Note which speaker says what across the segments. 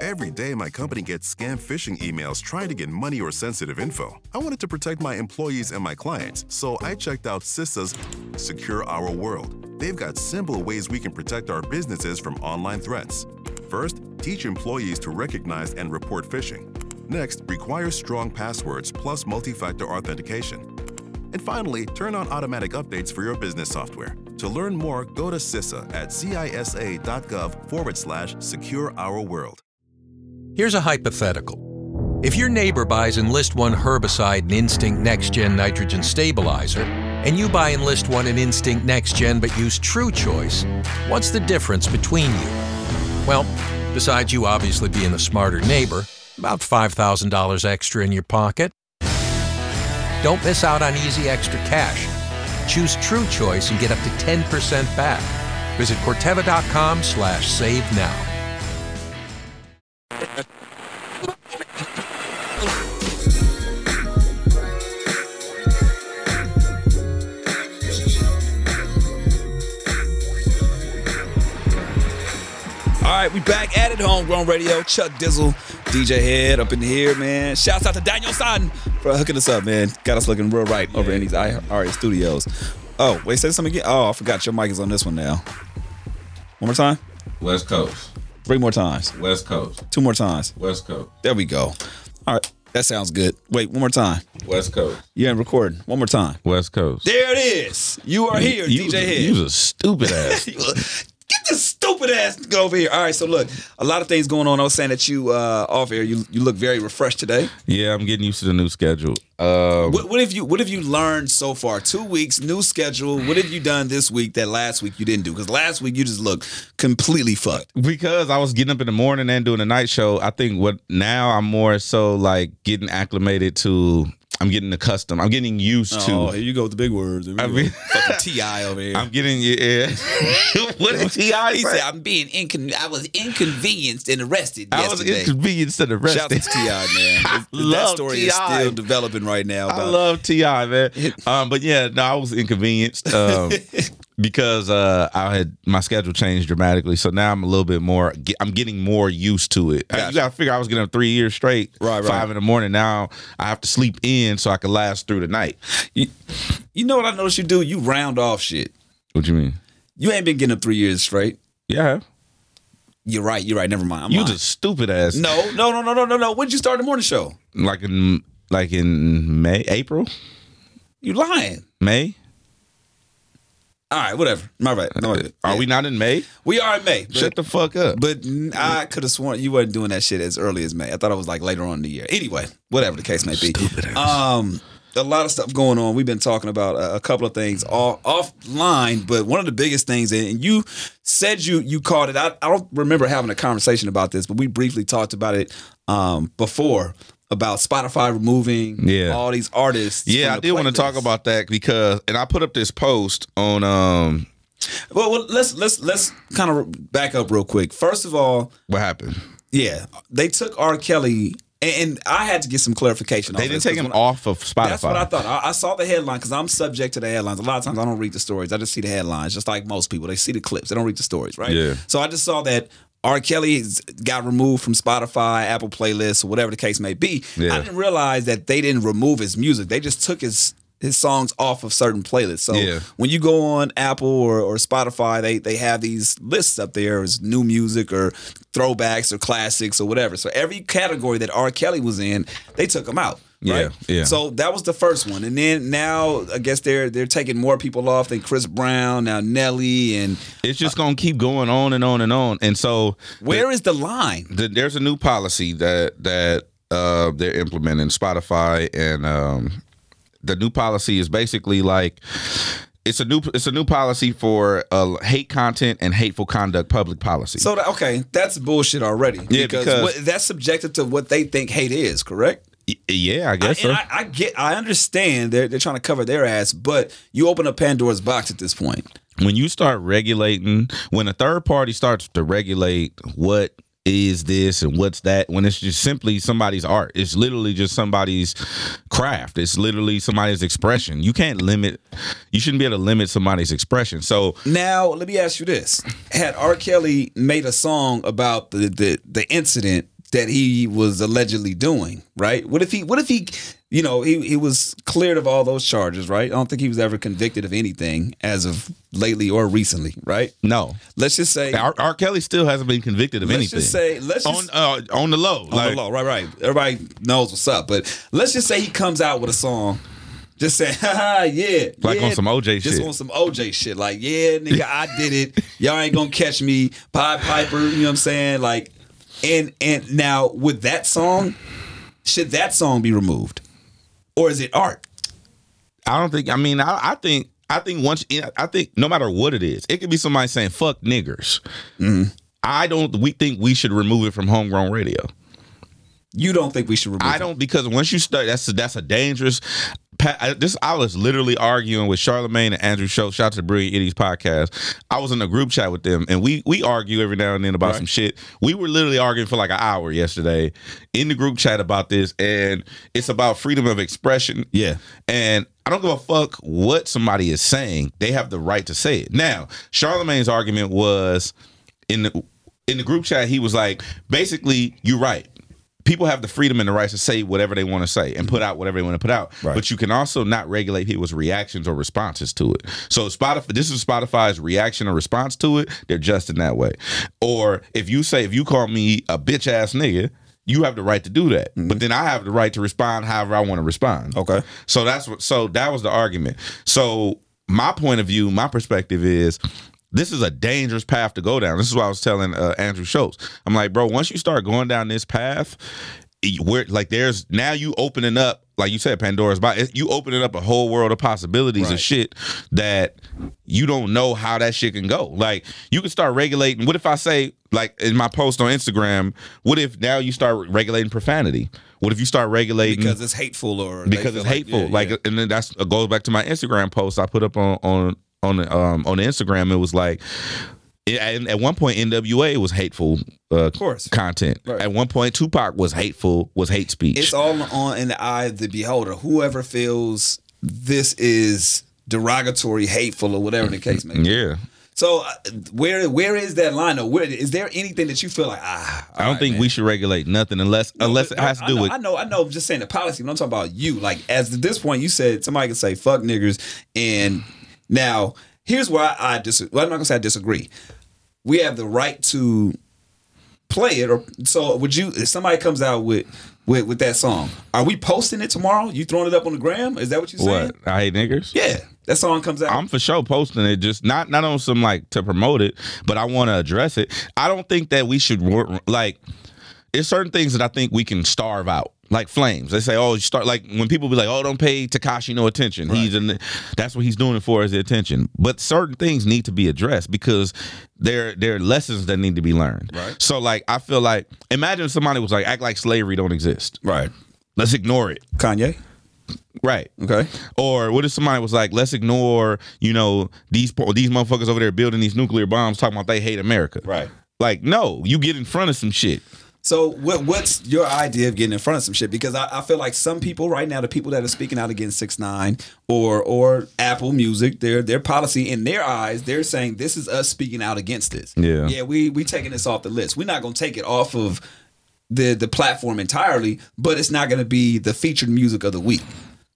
Speaker 1: Every day, my company gets scam phishing emails trying to get money or sensitive info. I wanted to protect my employees and my clients, so I checked out CISA's Secure Our World. They've got simple ways we can protect our businesses from online threats. First, teach employees to recognize and report phishing. Next, require strong passwords plus multi factor authentication. And finally, turn on automatic updates for your business software. To learn more, go to CISA at cisa.gov forward slash secure our world.
Speaker 2: Here's a hypothetical. If your neighbor buys Enlist One herbicide and Instinct Next Gen nitrogen stabilizer, and you buy Enlist One and Instinct Next Gen but use True Choice, what's the difference between you? Well, besides you obviously being a smarter neighbor, about $5,000 extra in your pocket. Don't miss out on easy extra cash. Choose True Choice and get up to 10% back. Visit Corteva.com slash save now.
Speaker 3: All right, we back at it, Homegrown Radio. Chuck Dizzle, DJ Head up in here, man. Shouts out to Daniel San for hooking us up, man. Got us looking real right over in these IRA studios. Oh, wait, say something again. Oh, I forgot your mic is on this one now. One more time?
Speaker 4: West Coast.
Speaker 3: Three more times.
Speaker 4: West Coast.
Speaker 3: Two more times.
Speaker 4: West Coast.
Speaker 3: There we go. All right, that sounds good. Wait, one more time.
Speaker 4: West Coast.
Speaker 3: You ain't recording. One more time.
Speaker 4: West Coast.
Speaker 3: There it is. You are here,
Speaker 4: you,
Speaker 3: DJ Head.
Speaker 4: You was a stupid ass.
Speaker 3: Get this stupid ass nigga over here. All right, so look, a lot of things going on. I was saying that you uh, off air. You you look very refreshed today.
Speaker 4: yeah, I'm getting used to the new schedule. Um,
Speaker 3: What, what have you What have you learned so far? Two weeks, new schedule. What have you done this week that last week you didn't do? Because last week you just looked completely fucked.
Speaker 4: because I was getting up in the morning and doing the night show, I think what now I'm more so like getting acclimated to. I'm getting accustomed. I'm getting used to.
Speaker 3: you go with the big words. Oh. I
Speaker 4: mean-
Speaker 3: fucking Ti over here.
Speaker 4: I'm getting yeah. what did Ti
Speaker 3: he
Speaker 4: say?
Speaker 3: said I'm being incon- I was inconvenienced and arrested
Speaker 4: I was
Speaker 3: yesterday.
Speaker 4: inconvenienced to the rest.
Speaker 3: Shout out to Ti, man. that
Speaker 4: love
Speaker 3: story is
Speaker 4: T.I..
Speaker 3: still developing right now.
Speaker 4: I
Speaker 3: about-
Speaker 4: love Ti, man. Um, but yeah, no, I was inconvenienced um, because uh, I had my schedule changed dramatically. So now I'm a little bit more. ge- I'm getting more used to it. I-
Speaker 3: Gotcha.
Speaker 4: You got to figure I was getting up three years straight,
Speaker 3: Right, right.
Speaker 4: five in the morning. Now I have to sleep in so I can last through the night.
Speaker 3: You, you know what I noticed you do? You round off shit.
Speaker 4: What you mean?
Speaker 3: You ain't been getting up three years straight.
Speaker 4: Yeah,
Speaker 3: You're right. You're right. Never mind. I'm
Speaker 4: you
Speaker 3: lying.
Speaker 4: just stupid ass.
Speaker 3: no, no, no, no, no, no, no. When did you start the morning show?
Speaker 4: like in like in May, April,
Speaker 3: You lying.
Speaker 4: May.
Speaker 3: All right, whatever. My bad. No,
Speaker 4: Are we not in May?
Speaker 3: We are in May. But,
Speaker 4: Shut the fuck up.
Speaker 3: but n- I could have sworn you wasn't doing that shit as early as May. I thought it was like later on in the year. Anyway, whatever the case may be. Um, a lot of stuff going on. We've been talking about a, a couple of things off offline, but one of the biggest things, and you said you you caught it. I, I don't remember having a conversation about this, but we briefly talked about it um, before about Spotify removing
Speaker 4: Yeah.
Speaker 3: all these artists.
Speaker 4: yeah,
Speaker 3: from
Speaker 4: I
Speaker 3: the
Speaker 4: did want to talk
Speaker 3: playlist.
Speaker 4: about that because, and I put up this post on um,
Speaker 3: Well, well, let's let's let's kind of back up real quick. First of all,
Speaker 4: what happened.
Speaker 3: Oh, yeah, they took R. Kelly, and, and I had to get some clarification.
Speaker 4: They
Speaker 3: on
Speaker 4: didn't
Speaker 3: this,
Speaker 4: take
Speaker 3: 'cause
Speaker 4: him
Speaker 3: when I-
Speaker 4: off of Spotify.
Speaker 3: That's what I thought. I, I saw the headline because I'm subject to the headlines. A lot of times I don't read the stories. I just see the headlines, just like most people. They see the clips. They don't read the stories, right?
Speaker 4: Yeah.
Speaker 3: So I just saw that R. Kelly has- got removed from Spotify, Apple playlists, or whatever the case may be.
Speaker 4: Yeah.
Speaker 3: I didn't realize that they didn't remove his music. They just took his his songs off of certain playlists. So
Speaker 4: Yeah.
Speaker 3: when you go on Apple or, or Spotify, they they have these lists up there as new music or throwbacks or classics or whatever. So every category that R. Kelly was in, they took him out. Right?
Speaker 4: Yeah, yeah.
Speaker 3: So so that was the first one, and then now I guess they're they're taking more people off than Chris Brown now Nelly and
Speaker 4: It's just gonna keep going on and on and on. And so
Speaker 3: where is the line?
Speaker 4: th- there's a new policy that that uh, they're implementing Spotify, and um, the new policy is basically like it's a new it's a new policy for uh, hate content and hateful conduct public policy.
Speaker 3: So that, okay, that's bullshit already.
Speaker 4: Yeah, because-
Speaker 3: what, that's subjective to what they think hate is, correct?
Speaker 4: Y- yeah, I guess
Speaker 3: I, and
Speaker 4: so.
Speaker 3: I, I get, I understand they're they're trying to cover their ass, but you open up Pandora's box at this point.
Speaker 4: when you start regulating, when a third party starts to regulate what is this and what's that, when it's just simply somebody's art, it's literally just somebody's craft, it's literally somebody's expression. You can't limit, you shouldn't be able to limit somebody's expression. So,
Speaker 3: Now, let me ask you this: Had R. Kelly made a song about the the, the incident that he was allegedly doing, right? What if he what if he you know, he, he was cleared of all those charges, right? I don't think he was ever convicted of anything as of lately or recently, right?
Speaker 4: No,
Speaker 3: Let's just say
Speaker 4: R. R. Kelly still hasn't been convicted of
Speaker 3: let's
Speaker 4: anything.
Speaker 3: just say let's
Speaker 4: on
Speaker 3: just,
Speaker 4: uh, on the low,
Speaker 3: on
Speaker 4: like,
Speaker 3: the low, right, right. Everybody knows what's up, but let's just say he comes out with a song, just saying, "Ha ha, yeah,
Speaker 4: Like
Speaker 3: yeah,
Speaker 4: on some OJ
Speaker 3: just
Speaker 4: shit.
Speaker 3: on some OJ shit." Like, yeah, nigga, I did it. Y'all ain't gonna catch me, Pied Piper. You know what I'm saying? Like, and and now with that song, should that song be removed, or is it art?
Speaker 4: I don't think. I mean, I, I think. I think once. I think no matter what it is, it could be somebody saying "fuck niggers."
Speaker 3: Mm-hmm.
Speaker 4: I don't. We think we should remove it from homegrown radio.
Speaker 3: You don't think we should remove?
Speaker 4: I
Speaker 3: it?
Speaker 4: don't because once you start, that's that's a dangerous. pa- I- This I was literally arguing with Charlemagne and Andrew Schultz. Shout out to the Brilliant Idiots podcast. I was in a group chat with them, and we we argue every now and then about some shit. We were literally arguing for like an hour yesterday in the group chat about this, and it's about freedom of expression.
Speaker 3: Yeah.
Speaker 4: And I don't give a fuck what somebody is saying. They have the right to say it. Now, Charlemagne's argument was in the in the group chat, he was like, basically, you're right. People have the freedom and the rights to say whatever they want to say and put out whatever they want to put out.
Speaker 3: Right.
Speaker 4: But you can also not regulate people's reactions or responses to it. So Spotify, this is Spotify's reaction or response to it. They're just in that way. Or if you say, if you call me a bitch ass nigga, you have the right to do that. But then I have the right to respond however I want to respond.
Speaker 3: Mm-hmm. Okay.
Speaker 4: So that's what. So that was the argument. So my point of view, my perspective is, this is a dangerous path to go down. This is why I was telling uh, Andrew Schultz. I'm like, bro, once you start going down this path, you- where like there's now you opening up, like you said, Pandora's box. You opening up a whole world of possibilities
Speaker 3: Right.
Speaker 4: and shit that you don't know how that shit can go. Like you can start regulating. What if I say like in my post on Instagram? What if now you start regulating profanity? What if you start regulating
Speaker 3: because it's hateful or they
Speaker 4: because
Speaker 3: feel
Speaker 4: it's
Speaker 3: like-
Speaker 4: hateful.
Speaker 3: yeah,
Speaker 4: Like,
Speaker 3: yeah.
Speaker 4: and then that's it goes back to my Instagram post I put up on on on the, um on the Instagram. It was like. It, and at one point, NWA was hateful uh,
Speaker 3: course.
Speaker 4: content.
Speaker 3: Right.
Speaker 4: At one point, Tupac was hateful, was hate speech.
Speaker 3: it's all on in the eye of the beholder. Whoever feels this is derogatory, hateful, or whatever the case may be.
Speaker 4: yeah,
Speaker 3: So uh, where where is that line? Or where is there anything that you feel like ah?
Speaker 4: I don't think we should regulate nothing unless unless it has to
Speaker 3: I
Speaker 4: do
Speaker 3: know,
Speaker 4: with
Speaker 3: I know, I know. I'm just saying the policy, but I'm talking about you. Like as at this point, you said somebody can say fuck niggers, and now here's where I, I disagree. Well, I'm not gonna say I disagree. We have the right to play it. Or so would you? If somebody comes out with with with that song, are we posting it tomorrow? You throwing it up on the gram? Is that what you're saying?
Speaker 4: what I hate niggers.
Speaker 3: Yeah, that song comes out.
Speaker 4: I'm for sure posting it, just not not on some like to promote it, but I want to address it. I don't think that we should wor- like. There's certain things that I think we can starve out, like flames. They say, oh, you start like when people be like, oh, don't pay Takashi no attention. He's in. That's what he's doing it for is the attention. But certain things need to be addressed because there there are lessons that need to be learned.
Speaker 3: Right.
Speaker 4: So like I feel like imagine if somebody was like act like slavery don't exist.
Speaker 3: right,
Speaker 4: Let's ignore it.
Speaker 3: Kanye.
Speaker 4: Right.
Speaker 3: Okay.
Speaker 4: Or what if somebody was like, let's ignore, you know, these po- these motherfuckers over there building these nuclear bombs, talking about they hate America.
Speaker 3: Right.
Speaker 4: Like, no, you get in front of some shit.
Speaker 3: So what, what's your idea of getting in front of some shit? Because I, I feel like some people right now, the people that are speaking out against Six Nine or or Apple Music, their their policy in their eyes, they're saying this is us speaking out against this.
Speaker 4: Yeah.
Speaker 3: yeah, we we taking this off the list. We're not gonna take it off of the the platform entirely, but it's not gonna be the featured music of the week.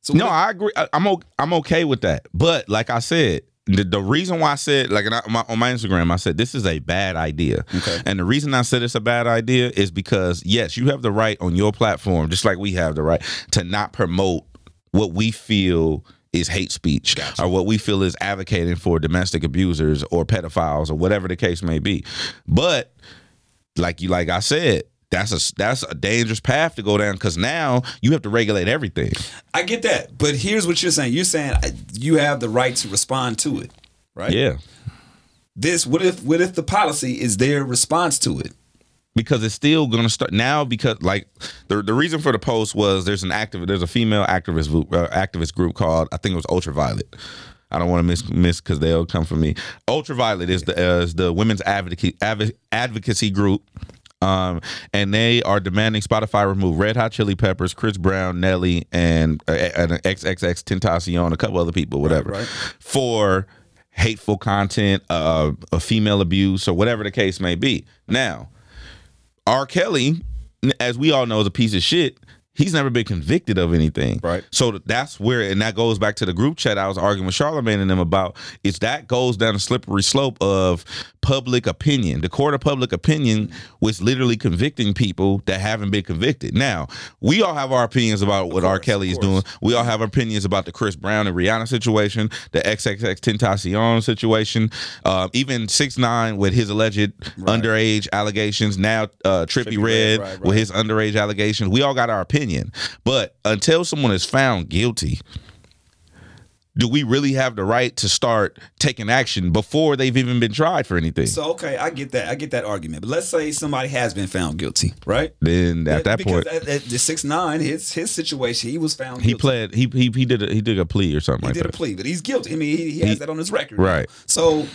Speaker 3: So
Speaker 4: No, I agree. I, I'm o- I'm okay with that. But like I said, the, the reason why I said like and I, my, on my Instagram, I said this is a bad idea.
Speaker 3: Okay.
Speaker 4: And the reason I said it's a bad idea is because yes, you have the right on your platform, just like we have the right to not promote what we feel is hate speech or what we feel is advocating for domestic abusers or pedophiles or whatever the case may be. But like you like I said. That's a that's a dangerous path to go down because now you have to regulate everything.
Speaker 3: I get that, but here's what you're saying. You're saying uh, you have the right to respond to it, right?
Speaker 4: Yeah,
Speaker 3: This what if what if the policy is their response to it?
Speaker 4: because it's still gonna start now because like the the reason for the post was there's an active there's a female activist group, uh, activist group called I think it was Ultraviolet. I don't want to miss miss because they'll come for me. Ultraviolet is the uh, is the women's advocacy advocacy group. Um, and they are demanding Spotify remove Red Hot Chili Peppers, Chris Brown, Nelly, and uh, and XXX Tentacion, a couple other people, whatever,
Speaker 3: right.
Speaker 4: for hateful content, uh, uh, female abuse, or whatever the case may be. Now, R. Kelly, as we all know, is a piece of shit. He's never been convicted of anything.
Speaker 3: Right.
Speaker 4: So th- that's where, and that goes back to the group chat I was arguing with Charlemagne and them about. Is that goes down a slippery slope of public opinion. The court of public opinion was literally convicting people that haven't been convicted. Now, we all have our opinions about what R. Kelly is doing. We all have opinions about the Chris Brown and Rihanna situation, the XXX Tentacion situation, uh, even Six Nine with his alleged underage allegations. Now, uh, Trippy,
Speaker 3: Trippie
Speaker 4: Red
Speaker 3: Redd, right,
Speaker 4: with
Speaker 3: right.
Speaker 4: his underage allegations. We all got our opinion, but until someone is found guilty do we really have the right to start taking action before they've even been tried for anything?
Speaker 3: So okay, I get that. I get that argument. But let's say somebody has been found guilty, right?
Speaker 4: then at that
Speaker 3: because
Speaker 4: point,
Speaker 3: at, at the six nine, his his situation, he was found.
Speaker 4: he
Speaker 3: guilty.
Speaker 4: pled. He he he did a, he did a plea or something
Speaker 3: He
Speaker 4: like
Speaker 3: did
Speaker 4: that.
Speaker 3: a plea, but he's guilty. I mean, he, he has that on his record,
Speaker 4: right.
Speaker 3: So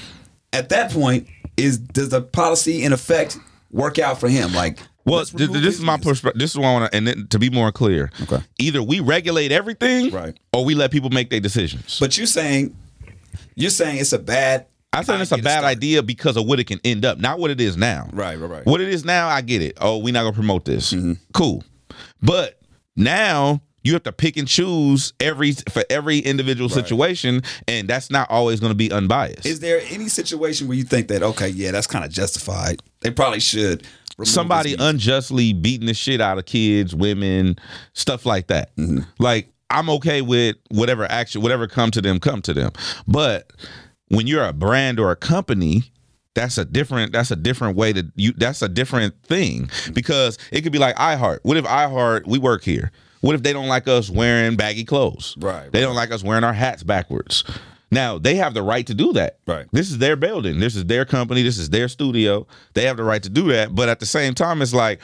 Speaker 3: at that point, is does the policy in effect work out for him? Like,
Speaker 4: Well,
Speaker 3: let's
Speaker 4: th-
Speaker 3: remove
Speaker 4: this
Speaker 3: his
Speaker 4: is my
Speaker 3: visa.
Speaker 4: perspective. This is what I want to, and then, to be more clear,
Speaker 3: Okay.
Speaker 4: either we regulate everything,
Speaker 3: Right.
Speaker 4: or we let people make their decisions.
Speaker 3: But you're saying, you're saying it's a bad.
Speaker 4: I think it's a
Speaker 3: get it
Speaker 4: bad
Speaker 3: started.
Speaker 4: idea because of what it can end up, not what it is now.
Speaker 3: Right, right, Mm-hmm. right.
Speaker 4: What it is now, I get it. Oh, we're not gonna promote this. Cool, but now you have to pick and choose every for every individual situation, and that's not always gonna be unbiased.
Speaker 3: Is there any situation where you think that okay, yeah, that's kind of justified? They probably should. remove
Speaker 4: somebody
Speaker 3: his
Speaker 4: unjustly beating the shit out of kids, women, stuff like that. Like I'm okay with whatever action, whatever come to them, come to them. But when you're a brand or a company, that's a different that's a different way to you that's a different thing because it could be like iHeart. What if iHeart we work here? What if they don't like us wearing baggy clothes?
Speaker 3: Right,
Speaker 4: They don't like us wearing our hats backwards. Now, they have the right to do that.
Speaker 3: Right.
Speaker 4: This is their building. This is their company. This is their studio. They have the right to do that. But at the same time, it's like,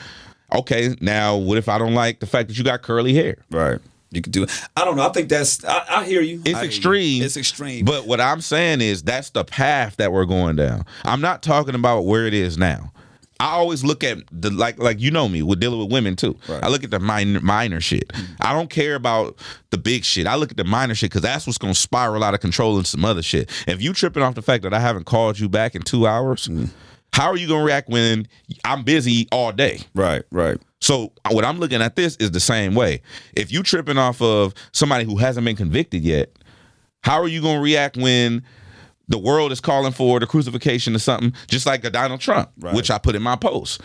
Speaker 4: okay, now what if I don't like the fact that you got curly hair?
Speaker 3: right. You could do it. I don't know. I think that's. I, I hear you. I
Speaker 4: It's
Speaker 3: hear you.
Speaker 4: extreme.
Speaker 3: It's extreme.
Speaker 4: But what I'm saying is that's the path that we're going down. I'm not talking about where it is now. I always look at the like like you know me with dealing with women too.
Speaker 3: Right. Mm-hmm.
Speaker 4: I look at the minor minor shit. I don't care about the big shit. I look at the minor shit because that's what's gonna spiral out of control and some other shit. If you tripping off the fact that I haven't called you back in two hours,
Speaker 3: Mm.
Speaker 4: how are you gonna react when I'm busy all day?
Speaker 3: right, right.
Speaker 4: So uh, what I'm looking at this is the same way. If you tripping off of somebody who hasn't been convicted yet, how are you going to react when the world is calling for the crucifixion or something, just like a Donald Trump,
Speaker 3: Right.
Speaker 4: which I put in my post.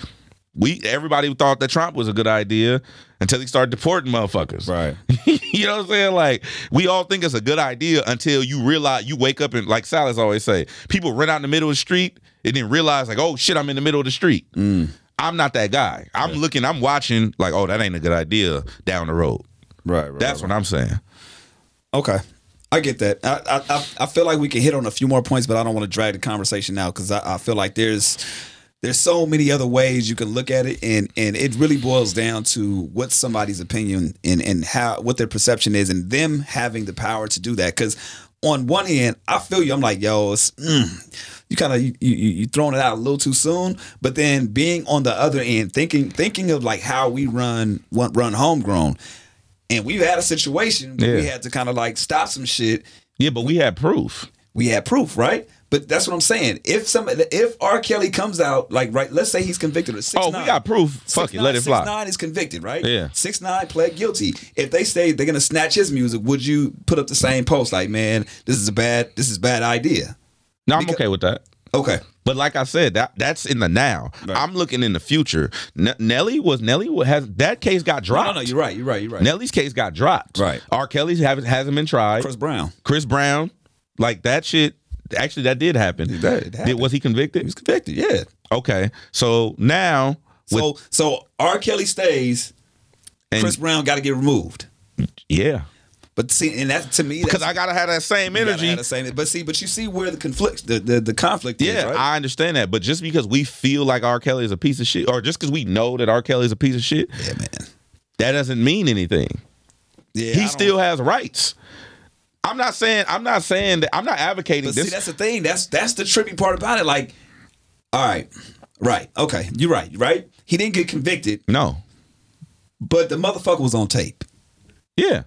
Speaker 4: We everybody thought that Trump was a good idea until he started deporting motherfuckers.
Speaker 3: Right.
Speaker 4: you know what I'm saying? Like we all think it's a good idea until you realize you wake up and like Silas always say, people run out in the middle of the street and then realize like, oh shit, I'm in the middle of the street.
Speaker 3: Mm.
Speaker 4: I'm not that guy. I'm looking, I'm watching like, oh, that ain't a good idea down the road.
Speaker 3: Right, right.
Speaker 4: That's what I'm saying.
Speaker 3: Okay. I get that. I, I- I I feel like we can hit on a few more points, but I don't want to drag the conversation out because I, I feel like there's there's so many other ways you can look at it, and and it really boils down to what somebody's opinion and and how what their perception is, and them having the power to do that. Because on one hand, I feel you. I'm like, yo, it's, mm, you kind of you, you you throwing it out a little too soon. But then being on the other end, thinking thinking of like how we run run homegrown. And we've had a situation where we
Speaker 4: Yeah.
Speaker 3: had to kind of like stop some shit.
Speaker 4: Yeah, but we had proof.
Speaker 3: We had proof, right? But that's what I'm saying. If some, if R. Kelly comes out like right, let's say he's convicted of six.
Speaker 4: Oh, we got proof. Fuck it, let it fly.
Speaker 3: Six nine is convicted, right?
Speaker 4: Yeah.
Speaker 3: Six nine pled guilty. If they say they're gonna snatch his music, would you put up the same post like, man, this is a bad, this is a bad idea?
Speaker 4: No, I'm okay with that.
Speaker 3: Okay,
Speaker 4: But like I said, that that's in the now. I'm looking in the future. N- Nelly was Nelly wa- has that case got
Speaker 3: no,
Speaker 4: dropped.
Speaker 3: no, no, you're right, you're right, you're right.
Speaker 4: Nelly's case got dropped.
Speaker 3: Right.
Speaker 4: R. Kelly's haven't hasn't been tried.
Speaker 3: Chris
Speaker 4: Chris,
Speaker 3: Brown,
Speaker 4: Brown, like that shit. Actually, that did happen.
Speaker 3: did. It
Speaker 4: Did-
Speaker 3: happened.
Speaker 4: was he convicted?
Speaker 3: he was convicted, yeah.
Speaker 4: okay. So now with
Speaker 3: So, so R. Kelly stays.
Speaker 4: and-
Speaker 3: Chris Brown got to get removed.
Speaker 4: yeah,
Speaker 3: But see, and that to me, that's
Speaker 4: because I gotta have that same
Speaker 3: You gotta
Speaker 4: energy.
Speaker 3: have the same- but see, but you see where the conflict, the the, the conflict is,
Speaker 4: Yeah,
Speaker 3: right?
Speaker 4: I understand that, but just because we feel like R. Kelly is a piece of shit, or just because we know that R. Kelly is a piece of shit,
Speaker 3: yeah, man.
Speaker 4: that doesn't mean anything.
Speaker 3: Yeah, I
Speaker 4: he
Speaker 3: don't-
Speaker 4: still has rights. I'm not saying I'm not saying that I'm not advocating
Speaker 3: But
Speaker 4: this.
Speaker 3: see, that's the thing. That's that's the trippy part about it. Like, all right, right, okay, you're right, you're right. He didn't get convicted,
Speaker 4: no.
Speaker 3: but the motherfucker was on tape.
Speaker 4: Yeah.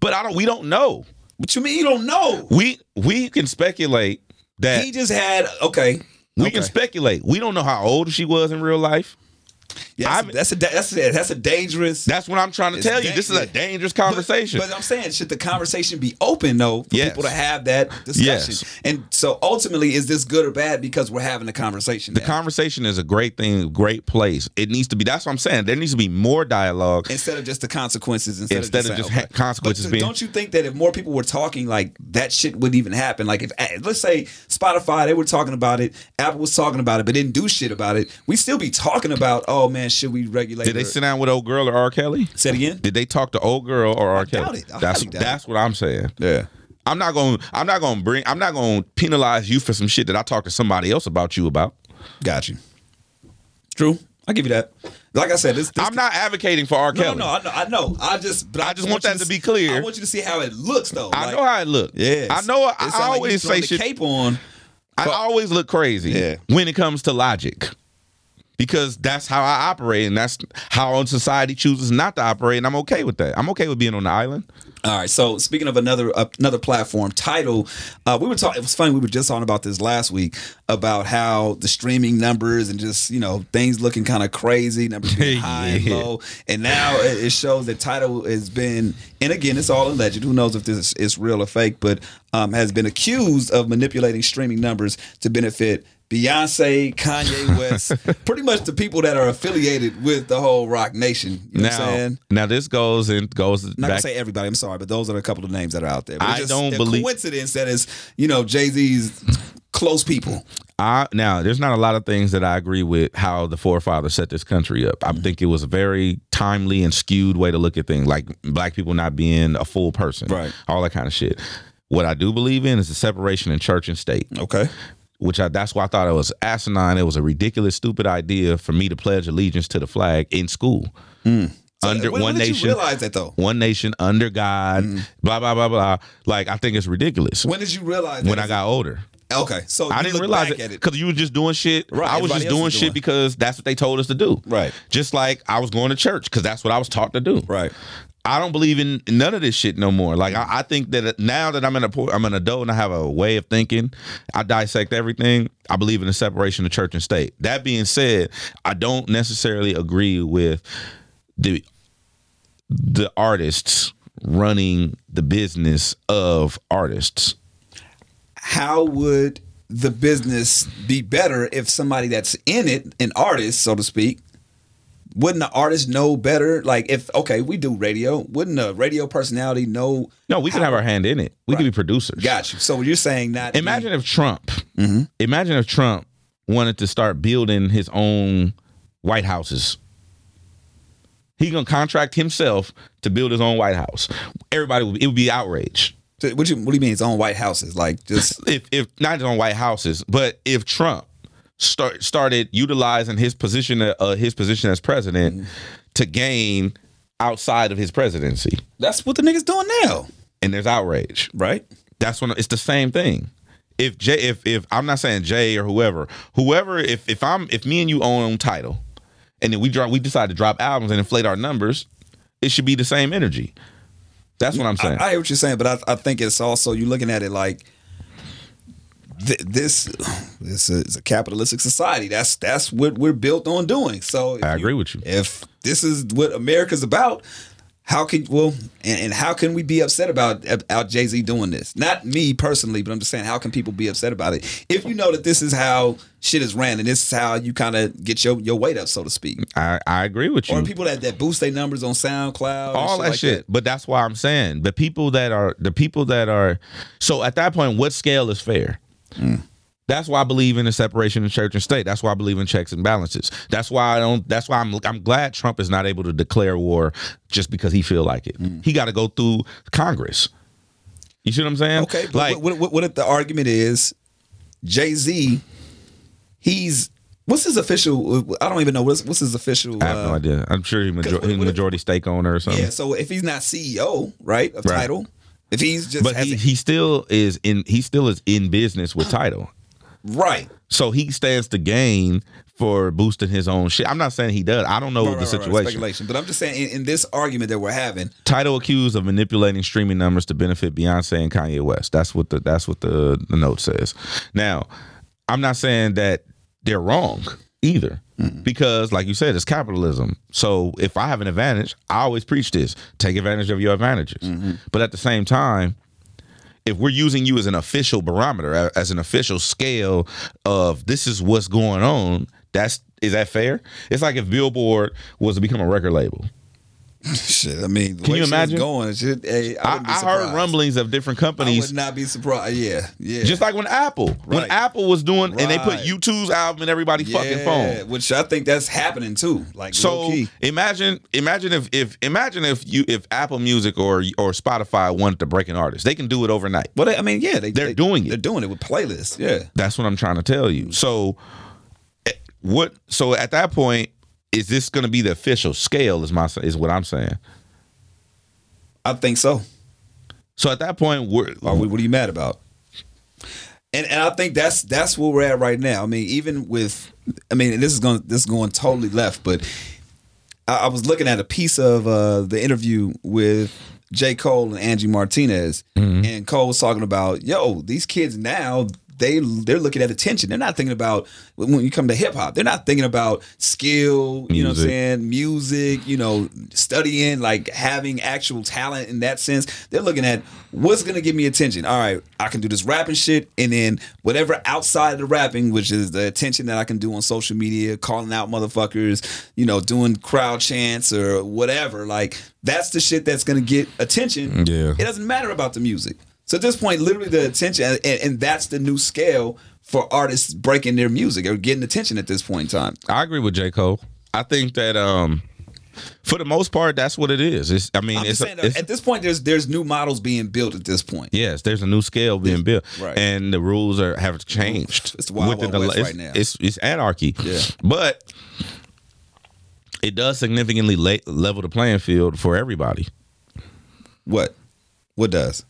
Speaker 4: But I don't we don't know.
Speaker 3: What you mean you don't know?
Speaker 4: We we can speculate that
Speaker 3: He just had okay.
Speaker 4: We
Speaker 3: Okay.
Speaker 4: can speculate. We don't know how old she was in real life.
Speaker 3: Yeah,
Speaker 4: I'm-
Speaker 3: that's, that's a da- that's a, that's a dangerous.
Speaker 4: That's what I'm trying to
Speaker 3: It's
Speaker 4: tell you. This is a
Speaker 3: dangerous.
Speaker 4: dangerous
Speaker 3: But-
Speaker 4: conversation.
Speaker 3: But, uh, I'm saying, should the conversation be open though for
Speaker 4: Yes.
Speaker 3: people to have that discussion?
Speaker 4: Yes.
Speaker 3: And so ultimately, is this good or bad because we're having a conversation?
Speaker 4: the
Speaker 3: now?
Speaker 4: conversation is a great thing, great place. It needs to be. That's what I'm saying. There needs to be more dialogue.
Speaker 3: instead of just the consequences instead,
Speaker 4: Instead
Speaker 3: of
Speaker 4: of
Speaker 3: just,
Speaker 4: just
Speaker 3: saying,
Speaker 4: ha- consequences
Speaker 3: But
Speaker 4: being-
Speaker 3: don't you think that if more people were talking like that shit would even happen like if eh, let's say spotify they were talking about it apple was talking about it but didn't do shit about it we still be talking about oh man should we regulate
Speaker 4: Did they
Speaker 3: or-
Speaker 4: sit down with old girl or R. Kelly?
Speaker 3: say it again
Speaker 4: Did they talk to old girl or R.
Speaker 3: doubt
Speaker 4: Kelly?
Speaker 3: it. I
Speaker 4: that's
Speaker 3: highly doubt
Speaker 4: that's what I'm saying.
Speaker 3: yeah
Speaker 4: I'm not going. to I'm not going to bring. I'm not going to penalize you for some shit that I talked to somebody else about you about.
Speaker 3: got you true i give you that like i said this, this
Speaker 4: I'm not advocating for R.
Speaker 3: no,
Speaker 4: Kelly.
Speaker 3: no, no, I know, I know. I just, but I,
Speaker 4: just want
Speaker 3: you
Speaker 4: that to be
Speaker 3: s-
Speaker 4: clear.
Speaker 3: I want you to see how it looks, though.
Speaker 4: I
Speaker 3: like-
Speaker 4: know how it look.
Speaker 3: Yeah,
Speaker 4: I know. I,
Speaker 3: It sound
Speaker 4: I
Speaker 3: like you
Speaker 4: always
Speaker 3: throwing
Speaker 4: say
Speaker 3: the
Speaker 4: shit.
Speaker 3: Cape on.
Speaker 4: I always look crazy
Speaker 3: Yeah.
Speaker 4: when it comes to logic. Because that's how I operate, and that's how society chooses not to operate, and I'm okay with that. I'm okay with being on the island.
Speaker 3: All right. So speaking of another uh, another platform, Title, uh, we were talking. It was funny. We were just talking about this last week about how the streaming numbers and just you know things looking kind of crazy, numbers being high and
Speaker 4: Yeah.
Speaker 3: low, and now it, it shows that Title has been. And again, it's all alleged. Who knows if this is, is real or fake? But um, has been accused of manipulating streaming numbers to benefit. Beyonce, Kanye West, pretty much the people that are affiliated with the whole Rock Nation. You know what I'm
Speaker 4: now,
Speaker 3: saying?
Speaker 4: now this goes and goes
Speaker 3: not
Speaker 4: back.
Speaker 3: gonna say everybody. I'm sorry, but those are a couple of names that are out there. But it's
Speaker 4: I don't
Speaker 3: a
Speaker 4: believe-
Speaker 3: coincidence that is you know Jay Z's close people.
Speaker 4: I now there's not a lot of things that I agree with how the forefathers set this country up.
Speaker 3: Mm-hmm.
Speaker 4: I think it was a very timely and skewed way to look at things, like black people not being a full person,
Speaker 3: Right.
Speaker 4: All that kind of shit. What I do believe in is the separation in church and state,
Speaker 3: Okay,
Speaker 4: which I that's why I thought it was asinine. It was a ridiculous, stupid idea for me to pledge allegiance to the flag in school under
Speaker 3: Mm. when,
Speaker 4: one
Speaker 3: when Did
Speaker 4: nation,
Speaker 3: you realize that though? Mm-hmm.
Speaker 4: one nation under God, blah blah blah blah. Like I think it's ridiculous.
Speaker 3: When did you realize?
Speaker 4: when
Speaker 3: that?
Speaker 4: I got older.
Speaker 3: okay, so
Speaker 4: I
Speaker 3: you
Speaker 4: didn't
Speaker 3: look
Speaker 4: realize
Speaker 3: back
Speaker 4: it
Speaker 3: at
Speaker 4: because you were just doing shit.
Speaker 3: Right,
Speaker 4: I was
Speaker 3: everybody
Speaker 4: just
Speaker 3: else
Speaker 4: doing
Speaker 3: was
Speaker 4: shit
Speaker 3: doing.
Speaker 4: because that's what they told us to do.
Speaker 3: Right.
Speaker 4: Just like I was going to church because that's what I was taught to do.
Speaker 3: Right.
Speaker 4: I don't believe in none of this shit no more. Like I, I think that now that I'm in a po- I'm an adult and I have a way of thinking, I dissect everything. I believe in the separation of church and state. That being said, I don't necessarily agree with the the artists running the business of artists.
Speaker 3: how would the business be better if somebody that's in it, an artist, so to speak, wouldn't the artist know better? Like if okay, we do radio, wouldn't a radio personality know?
Speaker 4: No, we can have our hand in it. We can be producers.
Speaker 3: Got you. So you're saying not
Speaker 4: Imagine if Trump. Imagine if Trump wanted to start building his own White Houses. He gonna contract himself to build his own White House. Everybody would it would be outraged
Speaker 3: So What, you, what do you mean? It's on White Houses, like just
Speaker 4: if if not his own White Houses, but if Trump start started utilizing his position uh, his position as president to gain outside of his presidency,
Speaker 3: That's what the niggas doing now,
Speaker 4: and there's outrage.
Speaker 3: right?
Speaker 4: That's when it's the same thing. If Jay, if if I'm not saying Jay or whoever, whoever, if if I'm if me and you own title, and then we drop, we decide to drop albums and inflate our numbers, it should be the same energy. That's what I'm saying.
Speaker 3: I, I hear what you're saying, but I, I think it's also you're looking at it like th- this this is a capitalistic society. That's that's what we're built on doing. So if
Speaker 4: I
Speaker 3: you-
Speaker 4: agree with you.
Speaker 3: If this is what America's about, how can well and, and how can we be upset about about Jay Z doing this? Not me personally, but I'm just saying, how can people be upset about it if you know that this is how shit is ran and this is how you kind of get your your weight up, so to speak?
Speaker 4: I, I agree with you.
Speaker 3: Or people that, that boost their numbers on SoundCloud, and
Speaker 4: all that
Speaker 3: like
Speaker 4: shit. But that's why I'm saying the people that are the people that are. So at that point, what scale is fair? That's why I believe in the separation of church and state. That's why I believe in checks and balances. That's why I don't. That's why I'm. I'm glad Trump is not able to declare war just because he feel like it. He got to go through Congress. You see what I'm saying?
Speaker 3: Okay, but
Speaker 4: like
Speaker 3: what, what, what if the argument is Jay Z? He's what's his official? I don't even know what's what's his official.
Speaker 4: I have no
Speaker 3: uh,
Speaker 4: idea. I'm sure he's, major-
Speaker 3: what-
Speaker 4: he's
Speaker 3: what-
Speaker 4: majority stake owner or something.
Speaker 3: Yeah, so if he's not CEO, right, of
Speaker 4: Right.
Speaker 3: title, if he's just
Speaker 4: but
Speaker 3: has
Speaker 4: he,
Speaker 3: a-
Speaker 4: he still is in. He still is in business with title.
Speaker 3: right,
Speaker 4: So he stands to gain for boosting his own shit. I'm not saying he does. I don't know
Speaker 3: right,
Speaker 4: the
Speaker 3: right, right, right,
Speaker 4: situation.
Speaker 3: speculation. But I'm just saying in, in this argument that we're having,
Speaker 4: Title accused of manipulating streaming numbers to benefit Beyonce and Kanye West. That's what the that's what the, the note says. Now, I'm not saying that they're wrong either. Because, like you said, it's capitalism. So if I have an advantage, I always preach this take advantage of your advantages. But at the same time, if we're using you as an official barometer, a- as an official scale of this is what's going on, that's is that fair? It's like if Billboard was to become a record label.
Speaker 3: Shit, I mean, the
Speaker 4: Can
Speaker 3: way
Speaker 4: you
Speaker 3: shit's
Speaker 4: imagine?
Speaker 3: going? it should- hey, I,
Speaker 4: I,
Speaker 3: wouldn't be
Speaker 4: I heard
Speaker 3: surprised.
Speaker 4: rumblings of different
Speaker 3: I
Speaker 4: companies
Speaker 3: would not be surprised. Yeah, yeah.
Speaker 4: Just like when Apple, when
Speaker 3: Right.
Speaker 4: Apple was doing, and they put
Speaker 3: Right.
Speaker 4: U2's album in everybody's fucking
Speaker 3: Yeah,
Speaker 4: phone.
Speaker 3: Which I think that's happening too. Like
Speaker 4: So
Speaker 3: low-key.
Speaker 4: imagine, imagine if, if imagine if you if Apple Music or or Spotify wanted to break an artist, they can do it overnight.
Speaker 3: Well, they, I mean, yeah, they,
Speaker 4: They're
Speaker 3: they-
Speaker 4: doing it.
Speaker 3: They're doing it with playlists. Yeah,
Speaker 4: That's what I'm trying to tell you. So eh, what? So at that point, is this going to be the official scale? Is my is what I'm saying.
Speaker 3: I think so.
Speaker 4: So at that point, we're
Speaker 3: Are we, what are you mad about? And and I think that's that's where we're at right now. I mean, even with, I mean, and this is going this is going totally left, but I, I was looking at a piece of uh, the interview with J. Cole and Angie Martinez, and Cole was talking about, yo, these kids now. They, they're looking at attention. They're not thinking about when you come to hip hop. They're not thinking about skill. You know what I'm
Speaker 4: Music.
Speaker 3: saying? and music, you know, studying, like having actual talent in that sense. They're looking at what's gonna give me attention. All right, I can do this rapping shit, and then whatever outside of the rapping, which is the attention that I can do on social media, calling out motherfuckers, you know, doing crowd chants or whatever. Like that's the shit that's gonna get attention.
Speaker 4: Yeah.
Speaker 3: it doesn't matter about the music. So at this point, literally the attention, and, and that's the new scale for artists breaking their music or getting attention at this point in time.
Speaker 4: I agree with J Cole. I think that um, for the most part, that's what it is. It's I mean,
Speaker 3: I'm just
Speaker 4: it's, a-
Speaker 3: saying,
Speaker 4: it's
Speaker 3: at this point, there's there's new models being built at this point.
Speaker 4: Yes, there's a new scale being built,
Speaker 3: Right.
Speaker 4: and the rules are have changed.
Speaker 3: It's the Wild
Speaker 4: within
Speaker 3: Wild
Speaker 4: the-
Speaker 3: West
Speaker 4: it's,
Speaker 3: right now.
Speaker 4: It's, it's anarchy.
Speaker 3: Yeah.
Speaker 4: but it does significantly la- level the playing field for everybody.
Speaker 3: What? What does?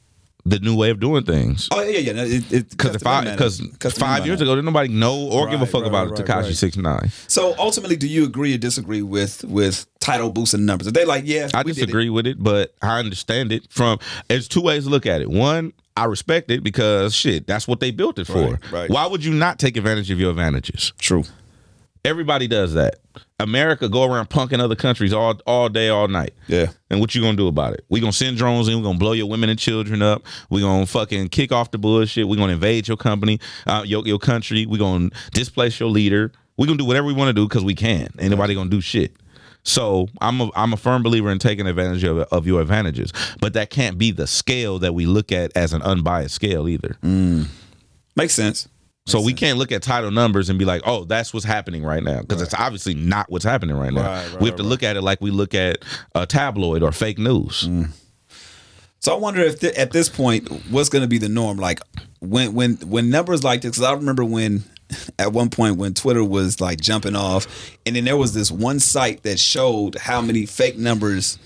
Speaker 4: The new way of doing things.
Speaker 3: Oh yeah, yeah. yeah.
Speaker 4: Because if I, because five years ago, did nobody know or give a
Speaker 3: Right,
Speaker 4: fuck
Speaker 3: right,
Speaker 4: about
Speaker 3: right,
Speaker 4: Takashi
Speaker 3: right.
Speaker 4: Six Nine.
Speaker 3: So ultimately, do you agree or disagree with with title boost and numbers? Are they like, yeah,
Speaker 4: I
Speaker 3: we did it.
Speaker 4: disagree with it, but I understand it. From there's two ways to look at it. One, I respect it because shit, that's what they built it for.
Speaker 3: Right, right.
Speaker 4: Why would you not take advantage of your advantages?
Speaker 3: True.
Speaker 4: Everybody does that. America go around punking other countries all all day, all night.
Speaker 3: Yeah.
Speaker 4: And what you gonna do about it? We gonna send drones in. We gonna blow your women and children up. We gonna fucking kick off the bullshit. We gonna invade your company, uh, your your country. We gonna displace your leader. We gonna do whatever we want to do because we can. Ain't nobody gonna do shit. So I'm a I'm a firm believer in taking advantage of, of your advantages, but that can't be the scale that we look at as an unbiased scale either.
Speaker 3: Makes sense.
Speaker 4: So we can't look at title numbers and be like, "Oh, that's what's happening right now," because it's obviously not what's happening right now.
Speaker 3: Right,
Speaker 4: we have to look at it like we look at a tabloid or fake news.
Speaker 3: Mm.
Speaker 4: Eh,
Speaker 3: So I wonder if th- at this point, what's going to be the norm? Like when when when numbers like this, because I remember when at one point when Twitter was like jumping off, and then there was this one site that showed how many fake numbers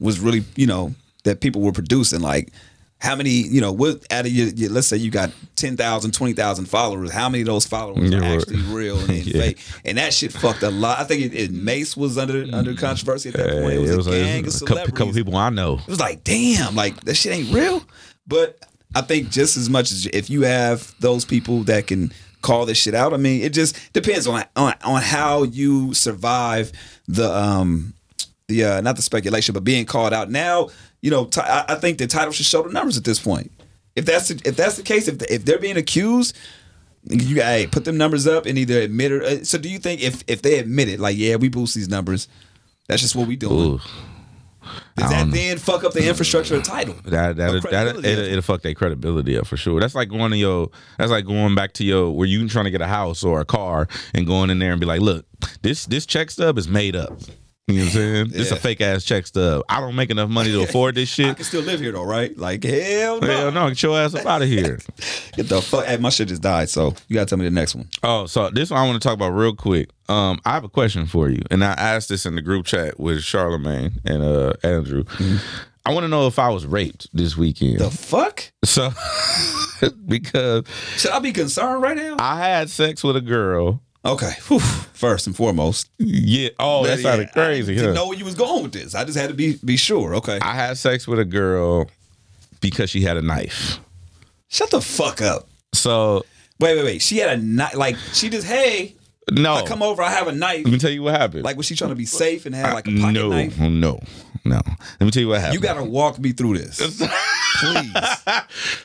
Speaker 3: was really you know that people were producing like. How many, you know, what out of your, your let's say you got 10,000, 20,000 followers, how many of those followers
Speaker 4: Yeah,
Speaker 3: are
Speaker 4: right.
Speaker 3: actually real and, and
Speaker 4: Yeah.
Speaker 3: fake? And that shit fucked a lot. I think it, it Mace was under under controversy at that point. It was, a gang of
Speaker 4: couple,
Speaker 3: celebrities.
Speaker 4: couple people I know.
Speaker 3: It was like, damn, like that shit ain't real. But I think just as much as if you have those people that can call this shit out, I mean, it just depends on on, on how you survive the um the uh, not the speculation, but being called out. Now, you know, ti- I I think the title should show the numbers at this point. If that's the, if that's the case, if if they're being accused, you got hey, put them numbers up and either admit it. uh, So, do you think if if they admit it, like yeah, we boost these numbers, that's just what we doing.
Speaker 4: Ooh,
Speaker 3: Does
Speaker 4: I
Speaker 3: that
Speaker 4: don't know. Mm.
Speaker 3: then fuck up the infrastructure of title?
Speaker 4: that that,
Speaker 3: Or
Speaker 4: that
Speaker 3: credibility.
Speaker 4: it'll, it'll fuck their credibility up for sure. That's like going to your. That's like going back to your where you trying to get a house or a car and going in there and be like, "Look, this this check stub is made up." You know what I'm saying? This a
Speaker 3: Yeah.
Speaker 4: fake ass check stub. I don't make enough money to afford this
Speaker 3: I
Speaker 4: shit.
Speaker 3: can still live here though, right? Like hell no.
Speaker 4: Hell no, get your ass up out of here.
Speaker 3: Get the fuck. Hey, my shit just died, so you gotta tell me the next one.
Speaker 4: Oh, so this one I want to talk about real quick. Um, I have a question for you, and I asked this in the group chat with Charlemagne and uh Andrew.
Speaker 3: Mm-hmm.
Speaker 4: I want to know if I was raped this weekend.
Speaker 3: The fuck?
Speaker 4: so because
Speaker 3: Should I be concerned right now?
Speaker 4: I had sex with a girl.
Speaker 3: Okay. Whew. First and foremost.
Speaker 4: Yeah. Oh, that sounded
Speaker 3: I
Speaker 4: crazy.
Speaker 3: didn't
Speaker 4: huh?
Speaker 3: know where you was going with this. I just had to be be sure. Okay.
Speaker 4: I had sex with a girl because she had a knife.
Speaker 3: Shut the fuck up.
Speaker 4: So
Speaker 3: Wait, wait, wait. She had a night like she just hey.
Speaker 4: No.
Speaker 3: I come over, I have a knife.
Speaker 4: Let me tell you what happened.
Speaker 3: Like was she trying to be safe and have like a pocket
Speaker 4: no,
Speaker 3: knife?
Speaker 4: no, no. Let me tell you what happened.
Speaker 3: You gotta walk me through this. Please.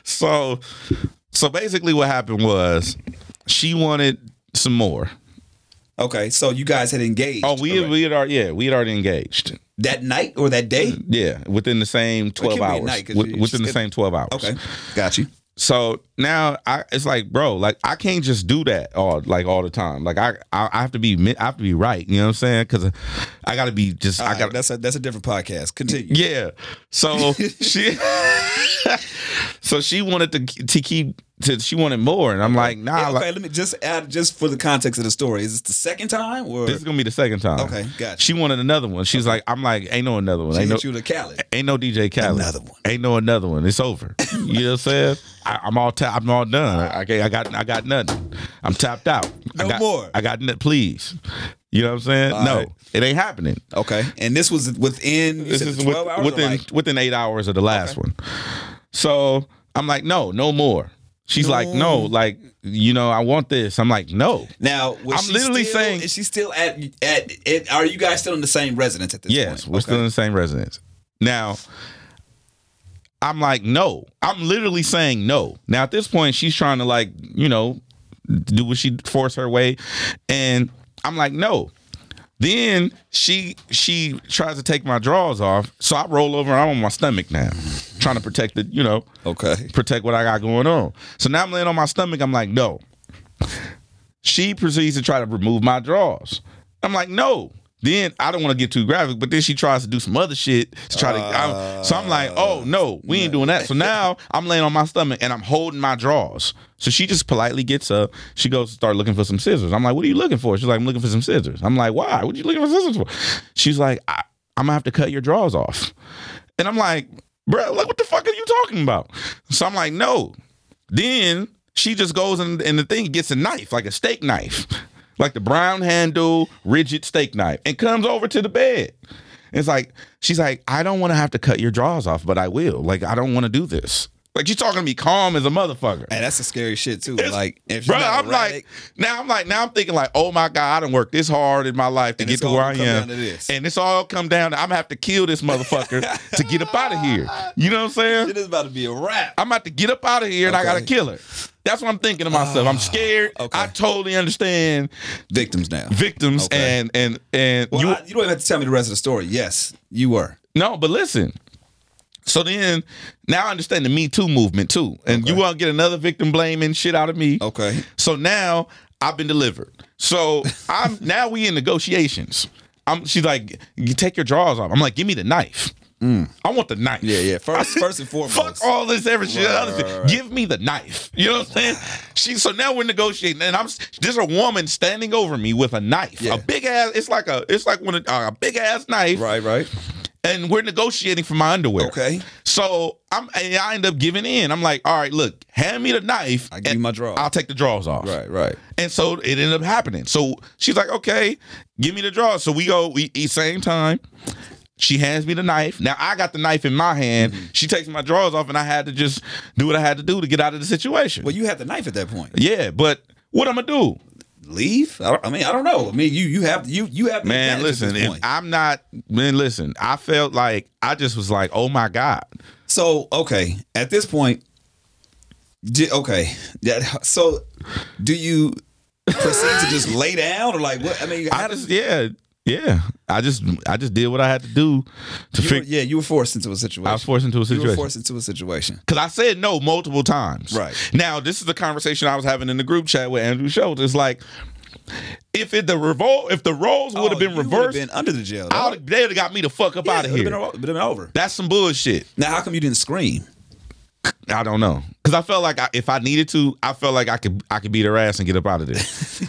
Speaker 4: so so basically what happened was she wanted some more.
Speaker 3: Okay, so you guys had engaged.
Speaker 4: Oh, we
Speaker 3: already.
Speaker 4: we had already yeah, we had already engaged.
Speaker 3: that night or that day?
Speaker 4: Yeah, within the same
Speaker 3: can't
Speaker 4: twelve
Speaker 3: be at
Speaker 4: hours.
Speaker 3: night 'cause
Speaker 4: Wi-
Speaker 3: you- you
Speaker 4: within the
Speaker 3: just
Speaker 4: same twelve hours.
Speaker 3: Okay. Got you.
Speaker 4: So now I it's like, bro, like I can't just do that all like all the time. Like I I, I have to be mi- I have to be right. You know what I'm saying? Because I got to be just I
Speaker 3: All
Speaker 4: got
Speaker 3: right,
Speaker 4: to
Speaker 3: that's a that's a different podcast. Continue.
Speaker 4: Yeah. So she So she wanted to to keep to she wanted more and I'm like, nah,
Speaker 3: Yeah,
Speaker 4: like,
Speaker 3: okay, let me just add just for the context of the story. Is this the second time or
Speaker 4: this is gonna be the second time.
Speaker 3: Okay, gotcha.
Speaker 4: She wanted another one. She's like, I'm like, ain't no another one.
Speaker 3: she
Speaker 4: Ain't no,
Speaker 3: hit you to Cali?
Speaker 4: ain't no DJ Khaled.
Speaker 3: Another one.
Speaker 4: Ain't no another one. It's over. you know what I'm saying? I, I'm all ta- I'm all done. I, I got I got nothing. I'm tapped out. I
Speaker 3: No
Speaker 4: got-
Speaker 3: more.
Speaker 4: I got nothing. Please. You know what I'm saying?
Speaker 3: All
Speaker 4: no,
Speaker 3: right.
Speaker 4: it ain't happening.
Speaker 3: Okay, and this was within you
Speaker 4: This
Speaker 3: said
Speaker 4: is
Speaker 3: the twelve
Speaker 4: with-
Speaker 3: hours. or,
Speaker 4: within
Speaker 3: like,
Speaker 4: within eight hours of the last one. So I'm like, no, no more. She's like, no, like you know, I want this. I'm like, no.
Speaker 3: now, was
Speaker 4: I'm
Speaker 3: she
Speaker 4: literally
Speaker 3: still-
Speaker 4: saying-
Speaker 3: is she still at at? It, are you guys still in the same residence at this
Speaker 4: Yes, we're
Speaker 3: point?
Speaker 4: still in the same residence. Now, I'm like, no. I'm literally saying no. Now at this point, she's trying to like, you know, do what she force her way, and I'm like, no. Then she she tries to take my drawers off, so I roll over. I'm on my stomach now, trying to protect the, you know,
Speaker 3: okay. okay.
Speaker 4: protect what I got going on. So now I'm laying on my stomach. I'm like, no. She proceeds to try to remove my drawers. I'm like, no. Then I don't want to get too graphic, but then she tries to do some other shit to try to. I'm, so I'm like, oh no, we ain't doing that. So now I'm laying on my stomach and I'm holding my drawers. So she just politely gets up. She goes to start looking for some scissors. I'm like, what are you looking for? She's like, I'm looking for some scissors. I'm like, why? What you looking for scissors for? She's like, I, I'm gonna have to cut your drawers off. And I'm like, bro, like what the fuck are you talking about? So I'm like, no. Then she just goes and, and the thing gets a knife, like a steak knife, like the brown handle, rigid steak knife, and comes over to the bed. And it's like, she's like, I don't want to have to cut your drawers off, but I will. Like, I don't want to do this. Like, she's talking to me calm as a motherfucker.
Speaker 3: And that's the scary shit too. Like, if she's
Speaker 4: Bro,
Speaker 3: not
Speaker 4: I'm
Speaker 3: erratic-
Speaker 4: like now I'm like now I'm thinking like, oh my God, I done worked this hard in my life to
Speaker 3: And
Speaker 4: get
Speaker 3: it's
Speaker 4: to
Speaker 3: all
Speaker 4: where I
Speaker 3: come
Speaker 4: am.
Speaker 3: down to this.
Speaker 4: And it's all come down to I'm gonna have to kill this motherfucker to get up out of here. You know what I'm saying?
Speaker 3: shit is about to be a wrap.
Speaker 4: I'm about to get up out of here and I
Speaker 3: Okay. Ah,
Speaker 4: gotta kill her. That's what I'm thinking to myself. I'm scared.
Speaker 3: okay.
Speaker 4: I totally understand
Speaker 3: Victims now.
Speaker 4: victims
Speaker 3: Okay.
Speaker 4: and and and
Speaker 3: Well,
Speaker 4: you
Speaker 3: I- you don't even have to tell me the rest of the story. Yes, you were.
Speaker 4: No, but listen. So then now I understand the Me Too movement too. And you won't get another victim blaming shit out of me.
Speaker 3: Okay.
Speaker 4: So now I've been delivered. So I'm now we in negotiations. I'm she's like, you take your drawers off. I'm like, give me the knife. I want the knife.
Speaker 3: Mm. Yeah, yeah. First, first and foremost.
Speaker 4: Fuck all this every shit.
Speaker 3: Right,
Speaker 4: other shit.
Speaker 3: right, right.
Speaker 4: Give me the knife. You know what I'm saying? She so now we're negotiating, and I'm there's a woman standing over me with a knife,
Speaker 3: Yeah.
Speaker 4: a big ass. It's like a it's like one of- uh, a big ass knife,
Speaker 3: Right, right.
Speaker 4: and we're negotiating for my underwear.
Speaker 3: Okay.
Speaker 4: So I'm and I end up giving in. I'm like, all right, look, hand me the knife.
Speaker 3: I give
Speaker 4: and
Speaker 3: you my drawers.
Speaker 4: I'll take the drawers off.
Speaker 3: Right, right.
Speaker 4: And so it ended up happening. So she's like, okay, give me the drawers. So we go, we eat same time. She hands me the knife. Now I got the knife in my hand.
Speaker 3: Mm-hmm.
Speaker 4: She takes my drawers off, and I had to just do what I had to do to get out of the situation.
Speaker 3: Well, you had the knife at that point.
Speaker 4: yeah, but what I'm gonna do,
Speaker 3: Leave? I, don't, I mean, I don't know. I mean, you you have you you have the
Speaker 4: man?
Speaker 3: advantage at
Speaker 4: Listen,
Speaker 3: this
Speaker 4: if
Speaker 3: point.
Speaker 4: I'm not, man. Listen, I felt like I just was like, oh my god,
Speaker 3: So okay, at this point, di- okay, yeah. So, do you proceed to just lay down or like what? I mean, how
Speaker 4: I
Speaker 3: does
Speaker 4: just, yeah, yeah. I just, I just did what I had to do to
Speaker 3: you were,
Speaker 4: figure.
Speaker 3: yeah, you were forced into a situation.
Speaker 4: I was forced into a
Speaker 3: you were
Speaker 4: situation.
Speaker 3: forced into a situation.
Speaker 4: Because I said no multiple times.
Speaker 3: Right.
Speaker 4: Now, this is the conversation I was having in the group chat with Andrew Schultz. It's like, if it, the revol- if the roles would have
Speaker 3: Oh,
Speaker 4: been
Speaker 3: you would've
Speaker 4: reversed,
Speaker 3: been under the jail.
Speaker 4: I would've- they'd have got me the fuck up out of here.
Speaker 3: Been, o- would've been over.
Speaker 4: That's some bullshit.
Speaker 3: Now, how come you didn't scream?
Speaker 4: I don't know. Because I felt like I, if I needed to, I felt like I could I could beat her ass and get up out of there.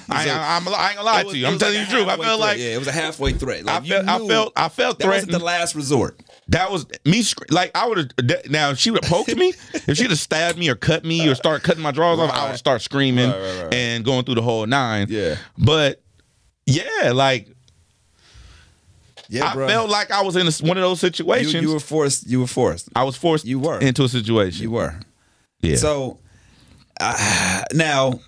Speaker 4: I, I, I'm, I ain't gonna lie
Speaker 3: It was-
Speaker 4: to
Speaker 3: it
Speaker 4: you. I'm
Speaker 3: was
Speaker 4: telling
Speaker 3: like
Speaker 4: you the
Speaker 3: a
Speaker 4: truth. I
Speaker 3: halfway
Speaker 4: felt
Speaker 3: threat.
Speaker 4: like
Speaker 3: yeah, it was a halfway threat.
Speaker 4: I
Speaker 3: Like you
Speaker 4: felt, I
Speaker 3: knew
Speaker 4: felt I felt
Speaker 3: that wasn't
Speaker 4: threatened.
Speaker 3: the last resort.
Speaker 4: That was me. sc- Like I would have. that- Now if she would have poked me. if she'd have stabbed me or cut me or start cutting my drawers off, I would start screaming
Speaker 3: Right, right, right.
Speaker 4: and going through the whole nine.
Speaker 3: Yeah.
Speaker 4: But yeah, like
Speaker 3: Yeah,
Speaker 4: I
Speaker 3: bro.
Speaker 4: felt like I was in a- one of those
Speaker 3: you,
Speaker 4: situations.
Speaker 3: you were forced. You were forced.
Speaker 4: I was forced.
Speaker 3: You were.
Speaker 4: into a situation.
Speaker 3: You were.
Speaker 4: yeah.
Speaker 3: So uh, now,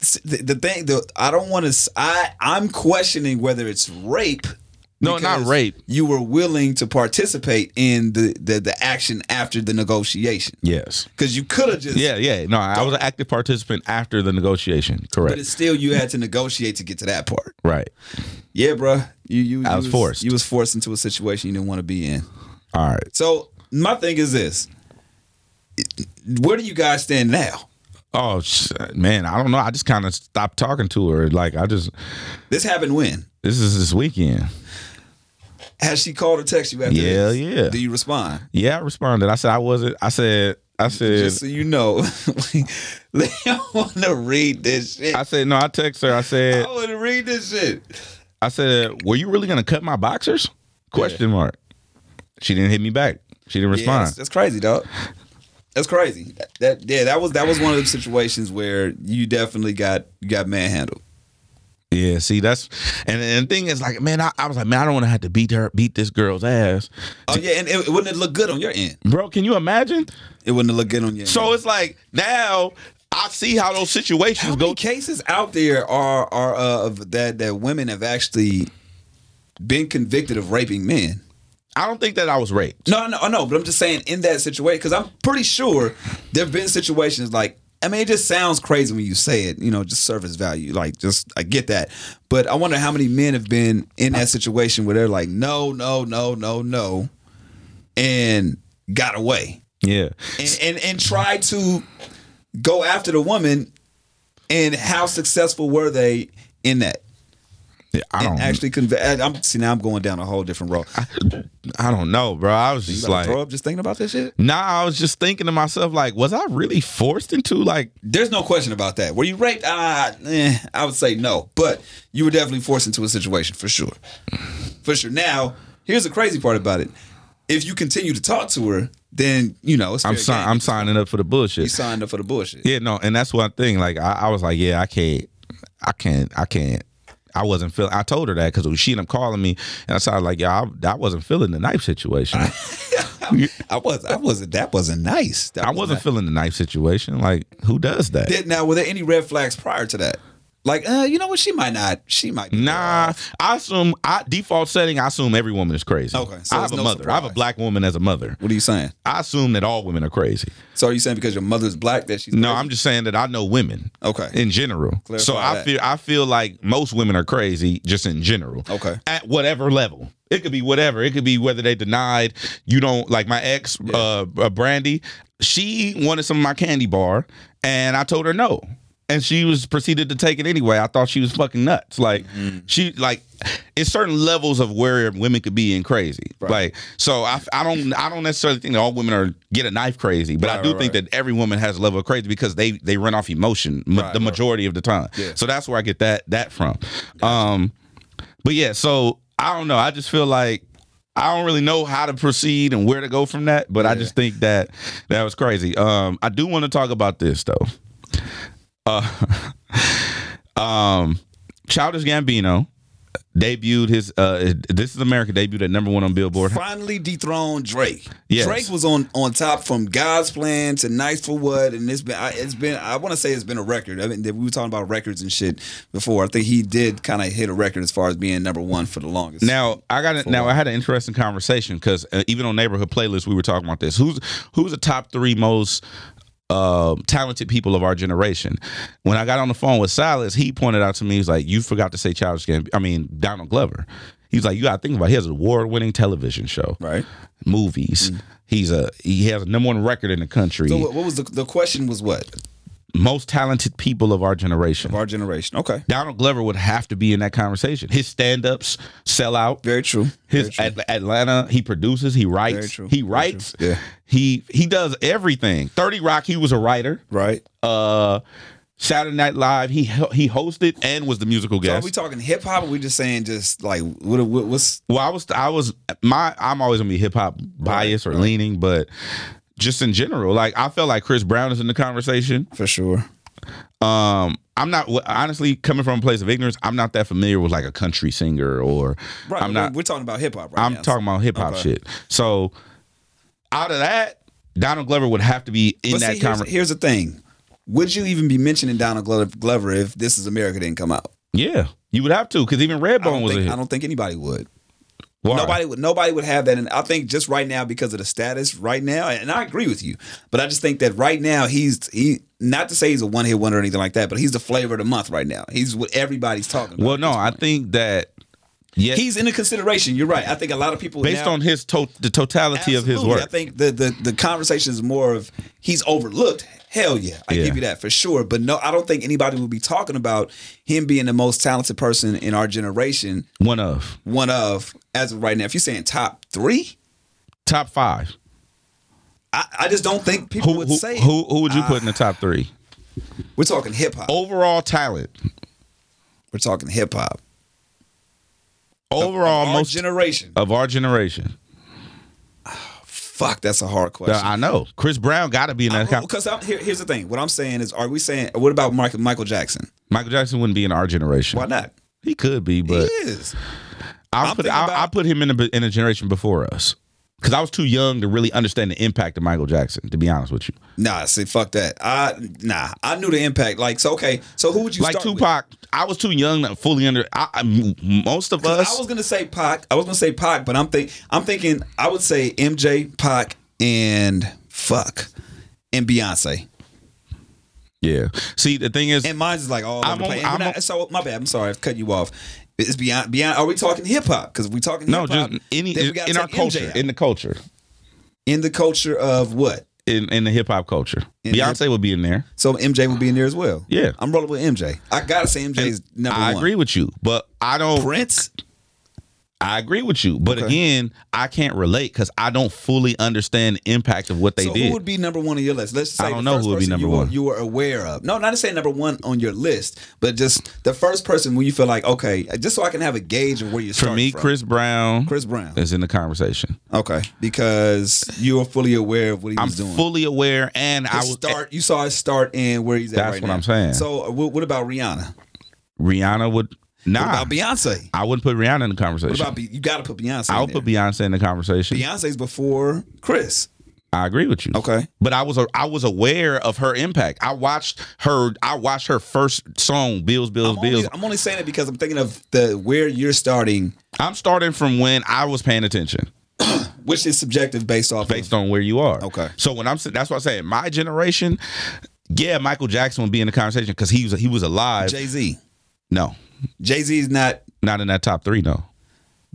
Speaker 3: s- the, the thing the I don't want to. I I'm questioning whether it's rape.
Speaker 4: No, not
Speaker 3: because
Speaker 4: rape.
Speaker 3: You were willing to participate in the the, the action after the negotiation
Speaker 4: Yes.
Speaker 3: because you could have just
Speaker 4: Yeah, yeah. No, I was an active participant after the negotiation.
Speaker 3: But
Speaker 4: Correct.
Speaker 3: it's still you had to negotiate to get to that part.
Speaker 4: Right.
Speaker 3: Yeah, bruh. You you
Speaker 4: I
Speaker 3: you
Speaker 4: was forced.
Speaker 3: You was forced into a situation you didn't want to be in.
Speaker 4: All right.
Speaker 3: So my thing is this: Where do you guys stand now?
Speaker 4: Oh sh- man, I don't know. I just kind of stopped talking to her. Like I just
Speaker 3: This happened when?
Speaker 4: this is this weekend.
Speaker 3: Has she called or texted you after?
Speaker 4: Yeah,
Speaker 3: this?
Speaker 4: yeah.
Speaker 3: Do you respond?
Speaker 4: Yeah, I responded. I said I wasn't. I said I said
Speaker 3: Just so you know, I want to read this shit.
Speaker 4: I
Speaker 3: I,
Speaker 4: said no. I text her. I said
Speaker 3: want to read this shit.
Speaker 4: I said were you really gonna cut my boxers? Question mark. She didn't hit me back. She didn't
Speaker 3: Yeah,
Speaker 4: respond.
Speaker 3: that's, that's crazy, dog. That's crazy. That, that- yeah, that was that was one of the situations where you definitely got you got manhandled.
Speaker 4: Yeah, see, that's and and the thing is like, man, I, I was like, man, I don't want to have to beat her, beat this girl's ass,
Speaker 3: Oh yeah, and it, it wouldn't it look good on your end?
Speaker 4: bro. Can you imagine?
Speaker 3: It wouldn't have looked good on your end.
Speaker 4: So it's like now I see how those situations
Speaker 3: How
Speaker 4: go.
Speaker 3: many cases out there are are uh, of that that women have actually been convicted of raping men?
Speaker 4: I don't think that I was raped.
Speaker 3: No, no, no. But I'm just saying in that situation because I'm pretty sure there've been situations like. I mean, it just sounds crazy when you say it, you know, just surface value. Like, just, I get that. But I wonder how many men have been in that situation where they're like, no, no, no, no, no, and got away
Speaker 4: Yeah,
Speaker 3: and, and and try to go after the woman and how successful were they in that
Speaker 4: Yeah, I
Speaker 3: and
Speaker 4: don't
Speaker 3: actually conve- and I'm see now I'm going down a whole different road.
Speaker 4: I don't know, bro. I was
Speaker 3: You
Speaker 4: just
Speaker 3: about to
Speaker 4: like,
Speaker 3: throw up just thinking about this shit.
Speaker 4: nah. I was just thinking to myself, like, was I really forced into like?
Speaker 3: There's no question about that. Were you raped? Uh, eh, I would say no, but you were definitely forced into a situation for sure. For sure. Now, here's the crazy part about it: if you continue to talk to her, then you know it's fair
Speaker 4: I'm si-
Speaker 3: game.
Speaker 4: I'm signing up for the
Speaker 3: you
Speaker 4: bullshit.
Speaker 3: signed up for the bullshit.
Speaker 4: Yeah, no, and that's one thing. Like I, I was like, yeah, I can't, I can't, I can't. I wasn't feeling. I told her that because she ended up calling me, and I said, like, yeah, I, I wasn't feeling the knife situation.
Speaker 3: I was. I wasn't. That wasn't nice. That
Speaker 4: I
Speaker 3: was
Speaker 4: wasn't feeling the knife situation. Like, who does that?
Speaker 3: Did, now, were there any red flags prior to that? Like, uh, you know what? She might not. She might. Be
Speaker 4: Nah, I assume I default setting. I assume every woman is crazy.
Speaker 3: Okay, so
Speaker 4: I
Speaker 3: it's
Speaker 4: have a
Speaker 3: no
Speaker 4: mother. I have a
Speaker 3: surprise.
Speaker 4: black woman as a mother.
Speaker 3: What are you saying?
Speaker 4: I assume that all women are crazy.
Speaker 3: So are you saying because your mother's black that she's
Speaker 4: No,
Speaker 3: crazy?
Speaker 4: I'm just saying that I know women.
Speaker 3: Okay.
Speaker 4: In general.
Speaker 3: Clarify
Speaker 4: so I
Speaker 3: that.
Speaker 4: feel I feel like most women are crazy just in general.
Speaker 3: Okay.
Speaker 4: At whatever level. It could be whatever. It could be whether they denied you don't like my ex uh, uh Brandy, she wanted some of my candy bar and I told her no. And she was proceeded to take it anyway. I thought she was fucking nuts. Like
Speaker 3: Mm-hmm.
Speaker 4: she like it's certain levels of where women could be in crazy. Like so I, I don't I don't necessarily think that all women are get a knife crazy, but I
Speaker 3: Right,
Speaker 4: do
Speaker 3: right,
Speaker 4: think
Speaker 3: right.
Speaker 4: that that every woman has a level of crazy because they they run off emotion ma- the majority of the time. So that's where I get that that from. Um, but yeah, so I don't know. I just feel like I don't really know how to proceed and where to go from that. But I just think that that was crazy. Um, I do want to talk about this though. Uh, um, Childish Gambino debuted his uh this is america debuted at number one on billboard
Speaker 3: finally dethroned Drake.
Speaker 4: Yes.
Speaker 3: Drake was on on top from God's plan to Nice for What, and it's been I- it's been I want to say it's been a record. I mean, we were talking about records and shit before. I think he did kind of hit a record as far as being number one for the longest.
Speaker 4: Now I got it. Now I had an interesting conversation because uh, even on neighborhood playlist we were talking about this. Who's who's the top three most um talented people of our generation? When I got on the phone with Silas, he pointed out to me, he's like, "You forgot to say Childish Gambino. I mean Donald Glover." He's like, "You got to think about. It. He has an award-winning television show,
Speaker 3: Right. Mm-hmm.
Speaker 4: Movies. He's a he has a number one record in the country.
Speaker 3: so uh, what, what was the the question? Was what
Speaker 4: most talented people of our generation."
Speaker 3: of our generation? Okay,
Speaker 4: Donald Glover would have to be in that conversation. His stand-ups sell out.
Speaker 3: very true. Very
Speaker 4: His
Speaker 3: true.
Speaker 4: At- Atlanta, he produces, he
Speaker 3: Very
Speaker 4: writes,
Speaker 3: true.
Speaker 4: he
Speaker 3: Very
Speaker 4: writes,
Speaker 3: true. Yeah.
Speaker 4: he he does everything. Thirty Rock, he was a writer.
Speaker 3: right.
Speaker 4: Uh, Saturday Night Live, he ho- he hosted and was the musical
Speaker 3: So
Speaker 4: guest.
Speaker 3: are we talking hip hop? Or we just saying just like what, what what's
Speaker 4: well, I was I was my I'm always gonna be hip hop biased or leaning, but just in general, like I felt like Chris Brown is in the conversation.
Speaker 3: for sure?
Speaker 4: Um, I'm not honestly coming from a place of ignorance. I'm not that familiar with like a country singer or
Speaker 3: Right.
Speaker 4: I'm not
Speaker 3: We're talking about hip hop. right
Speaker 4: I'm
Speaker 3: now, so-
Speaker 4: talking about hip hop
Speaker 3: Okay.
Speaker 4: shit. So out of that, Donald Glover would have to be in
Speaker 3: But see,
Speaker 4: that
Speaker 3: here's,
Speaker 4: conversation.
Speaker 3: here's the thing. Would you even be mentioning Donald Glo- Glover if This Is America didn't come out?
Speaker 4: Yeah, you would have to because even
Speaker 3: I don't,
Speaker 4: Redbone was
Speaker 3: think,
Speaker 4: a hit.
Speaker 3: I don't think anybody would.
Speaker 4: Why?
Speaker 3: Nobody would nobody would have that. And I think just right now because of the status right now, and I agree with you, but I just think that right now he's he not to say he's a one hit wonder or anything like that, but he's the flavor of the month right now. He's what everybody's talking about.
Speaker 4: Well, no, I think that yeah,
Speaker 3: he's in the consideration. You're right. I think a lot of people
Speaker 4: based
Speaker 3: now-
Speaker 4: on his to- the totality of his
Speaker 3: Absolutely.
Speaker 4: work.
Speaker 3: I think the, the the conversation is more of he's overlooked. Hell yeah, I
Speaker 4: Yeah.
Speaker 3: give you that for sure. But no, I don't think anybody would be talking about him being the most talented person in our generation.
Speaker 4: One of
Speaker 3: One of as of right now, if you're saying top three,
Speaker 4: top five.
Speaker 3: I, I just don't think people
Speaker 4: Who
Speaker 3: would
Speaker 4: who,
Speaker 3: say it. Ah.
Speaker 4: who Oh. who would you put in the top three?
Speaker 3: We're talking hip hop.
Speaker 4: Overall talent.
Speaker 3: We're talking hip hop.
Speaker 4: Overall
Speaker 3: Our
Speaker 4: most
Speaker 3: generation.
Speaker 4: of our generation.
Speaker 3: Fuck, that's a hard
Speaker 4: Now,
Speaker 3: question.
Speaker 4: I know Chris Brown got to be in that. com-
Speaker 3: because here, here's the thing. What I'm saying is, are we saying what about Michael Michael Jackson?
Speaker 4: Michael Jackson wouldn't be in our generation.
Speaker 3: Why not?
Speaker 4: He could be, but
Speaker 3: he is.
Speaker 4: I
Speaker 3: I'm
Speaker 4: put
Speaker 3: thinking
Speaker 4: I,
Speaker 3: about-
Speaker 4: I put him in a, in a generation before us because I was too young to really understand the impact of Michael Jackson. To be honest with you,
Speaker 3: Nah, see, fuck that. I nah, I knew the impact. Like, so okay, so who would you
Speaker 4: like
Speaker 3: start with?
Speaker 4: Tupac, I was too young to fully under. I, I- m- most of
Speaker 3: 'Cause
Speaker 4: us,
Speaker 3: I was gonna say Pac. I was gonna say Pac, but I'm think I'm thinking I would say MJ, Pac, and fuck, and Beyonce.
Speaker 4: yeah. See, the thing is,
Speaker 3: And mine's is like all
Speaker 4: I'm
Speaker 3: over the
Speaker 4: on-
Speaker 3: place. And we're
Speaker 4: I'm
Speaker 3: not-
Speaker 4: on-
Speaker 3: so my bad. I'm sorry. I've cut you off. It's beyond beyond. Are we talking hip hop? Because we talking
Speaker 4: no,
Speaker 3: hip hop,
Speaker 4: just any
Speaker 3: then we gotta
Speaker 4: in our
Speaker 3: take MJ
Speaker 4: culture,
Speaker 3: out.
Speaker 4: in the culture,
Speaker 3: in the culture of what?
Speaker 4: in in the hip hop culture,
Speaker 3: In the
Speaker 4: Beyonce would be in there.
Speaker 3: So MJ will be in there as well.
Speaker 4: Yeah.
Speaker 3: I'm rolling with MJ. I gotta say MJ's number
Speaker 4: I
Speaker 3: one.
Speaker 4: agree with you, but I don't.
Speaker 3: Prince.
Speaker 4: I agree with you, but
Speaker 3: Okay.
Speaker 4: again, I can't relate because I don't fully understand the impact of what they
Speaker 3: so
Speaker 4: did.
Speaker 3: who would be number one on your list? Let's just say
Speaker 4: I don't
Speaker 3: the
Speaker 4: know
Speaker 3: first
Speaker 4: who would be
Speaker 3: person
Speaker 4: number
Speaker 3: you were-
Speaker 4: one.
Speaker 3: you were aware of. No, not to say number one on your list, but just the first person when you feel like okay, just so I can have a gauge of where you're
Speaker 4: For
Speaker 3: starting
Speaker 4: me,
Speaker 3: from.
Speaker 4: Chris Brown,
Speaker 3: Chris Brown.
Speaker 4: is in the conversation.
Speaker 3: Okay, because you are fully aware of what he
Speaker 4: I'm
Speaker 3: was doing.
Speaker 4: fully aware, and I
Speaker 3: His
Speaker 4: was
Speaker 3: start. You saw his start and where he's at.
Speaker 4: That's
Speaker 3: right
Speaker 4: what
Speaker 3: now.
Speaker 4: I'm saying.
Speaker 3: So uh, what, what about Rihanna?
Speaker 4: Rihanna would
Speaker 3: What
Speaker 4: nah.
Speaker 3: about Beyonce?
Speaker 4: I wouldn't put Rihanna in the
Speaker 3: What
Speaker 4: conversation.
Speaker 3: about Be- you? Got to put Beyonce.
Speaker 4: I
Speaker 3: in
Speaker 4: would
Speaker 3: there.
Speaker 4: put Beyonce in the conversation.
Speaker 3: Beyonce's before Chris.
Speaker 4: I agree with you.
Speaker 3: Okay.
Speaker 4: But I was I was aware of her impact. I watched her. I watched her first song, Bills, Bills,
Speaker 3: I'm
Speaker 4: Bills.
Speaker 3: only, I'm only saying it because I'm thinking of the where you're starting,
Speaker 4: I'm starting from when I was paying attention,
Speaker 3: which is subjective based off of
Speaker 4: based on where you are.
Speaker 3: Okay.
Speaker 4: So when I'm s- that's what I'm saying. My generation, yeah, Michael Jackson would be in the conversation because he was he was alive.
Speaker 3: Jay Z.
Speaker 4: no,
Speaker 3: Jay Z is not
Speaker 4: not in that top three. No,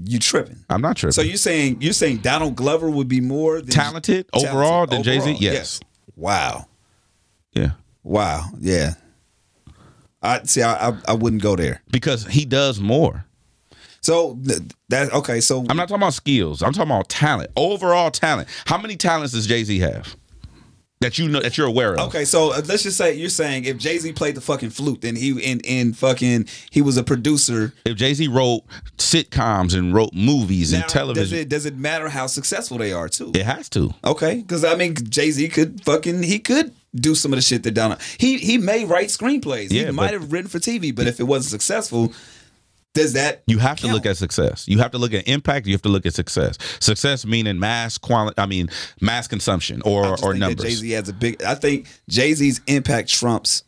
Speaker 3: you tripping.
Speaker 4: I'm not tripping.
Speaker 3: So you're saying you're saying Donald Glover would be more than
Speaker 4: talented, overall than Jay Z.
Speaker 3: Overall,
Speaker 4: Yes.
Speaker 3: Wow.
Speaker 4: Yeah.
Speaker 3: Wow. Yeah. I see. I, I I wouldn't go there.
Speaker 4: Because he does more.
Speaker 3: So th- that okay. So
Speaker 4: I'm not talking about skills. I'm talking about talent. Overall talent. How many talents does Jay Z have that you know that you're aware of?
Speaker 3: okay. So uh, let's just say you're saying if Jay Z played the fucking flute and he and and fucking he was a producer.
Speaker 4: If Jay Z wrote sitcoms and wrote movies
Speaker 3: Now,
Speaker 4: and television,
Speaker 3: Does
Speaker 4: it,
Speaker 3: it does it matter how successful they are too?
Speaker 4: has to.
Speaker 3: Okay, because I mean, Jay Z could fucking he could do some of the shit that Donald he he may write screenplays.
Speaker 4: Yeah,
Speaker 3: he might
Speaker 4: but-
Speaker 3: have written for TV, but if it wasn't successful, does that
Speaker 4: You have to
Speaker 3: Count.
Speaker 4: look at success. You have to look at impact. You have to look at success. Success meaning mass quality. I mean mass consumption or or numbers.
Speaker 3: Jay Z has a big. I think Jay Z's impact trumps,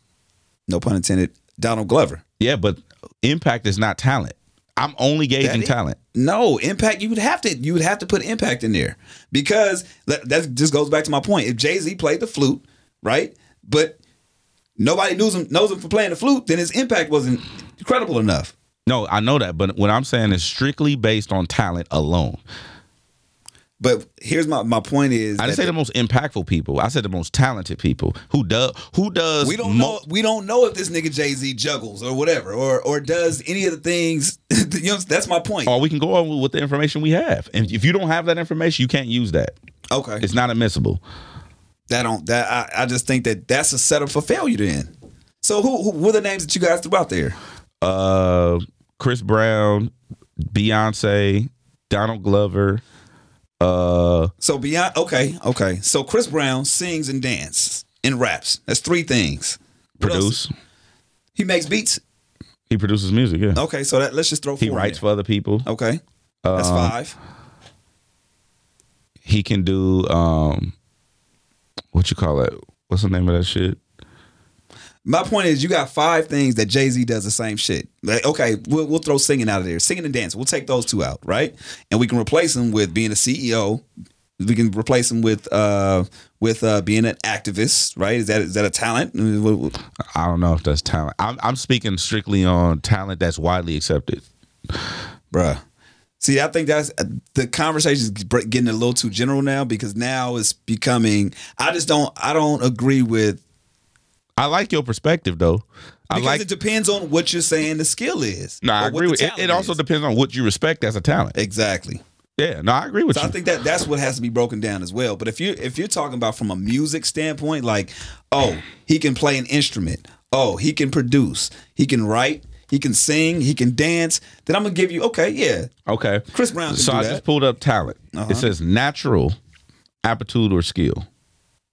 Speaker 3: no pun intended, Donald Glover.
Speaker 4: yeah, but impact is not talent. I'm only gauging
Speaker 3: is-
Speaker 4: talent.
Speaker 3: No impact. You would have to. You would have to put impact in there because that, that just goes back to my point. If Jay Z played the flute, right, but nobody knows him knows him for playing the flute, then his impact wasn't credible enough.
Speaker 4: No, I know that, but what I'm saying is strictly based on talent alone.
Speaker 3: But here's my my point is
Speaker 4: I didn't
Speaker 3: that
Speaker 4: say the most impactful people. I said the most talented people who does who does.
Speaker 3: we don't
Speaker 4: mo-
Speaker 3: know we don't know if this nigga Jay Z juggles or whatever or or does any of the things. you know, that's my point.
Speaker 4: Or we can go on with the information we have, and if you don't have that information, you can't use that.
Speaker 3: Okay,
Speaker 4: It's not admissible.
Speaker 3: that don't that I, I just think that that's a setup for failure. Then, so who, who what are the names that you guys threw out there?
Speaker 4: Uh, Chris Brown, Beyonce, Donald Glover. Uh,
Speaker 3: So beyond okay, okay. So Chris Brown sings and dances and raps. That's three things. What else?
Speaker 4: produce.
Speaker 3: He makes beats.
Speaker 4: He produces music. Yeah,
Speaker 3: Okay, so that let's just throw.
Speaker 4: he
Speaker 3: four in
Speaker 4: writes uh,
Speaker 3: there.
Speaker 4: for other people.
Speaker 3: Okay, that's five.
Speaker 4: He can do um, what you call it? What's the name of that shit?
Speaker 3: My point is, you got five things that Jay Z does the same shit. Like, okay, we'll, we'll throw singing out of there, singing and dancing. We'll take those two out, right? And we can replace them with being a CEO. We can replace them with uh, with uh, being an activist, right? Is that is that a talent? What- what-
Speaker 4: I don't know if that's talent. I'm, I'm speaking strictly on talent that's widely accepted.
Speaker 3: bruh. See, I think that's uh, the conversation is getting a little too general now because now it's becoming. I just don't. I don't agree with
Speaker 4: I like your perspective though. I
Speaker 3: because
Speaker 4: like.
Speaker 3: it depends on what you're saying the skill is.
Speaker 4: no,
Speaker 3: or
Speaker 4: I
Speaker 3: what
Speaker 4: agree
Speaker 3: the
Speaker 4: with it.
Speaker 3: talent
Speaker 4: It also
Speaker 3: is.
Speaker 4: depends on what you respect as a talent.
Speaker 3: exactly.
Speaker 4: Yeah, no, I agree with
Speaker 3: So
Speaker 4: you.
Speaker 3: I think that that's what has to be broken down as well. But if you if you're talking about from a music standpoint, like, oh, he can play an instrument. Oh, he can produce. He can write. He can sing. He can dance. Then I'm gonna give you okay, yeah.
Speaker 4: okay,
Speaker 3: Chris Brown can
Speaker 4: So
Speaker 3: do
Speaker 4: I
Speaker 3: that. Uh-huh.
Speaker 4: just pulled up talent. It says natural aptitude or skill,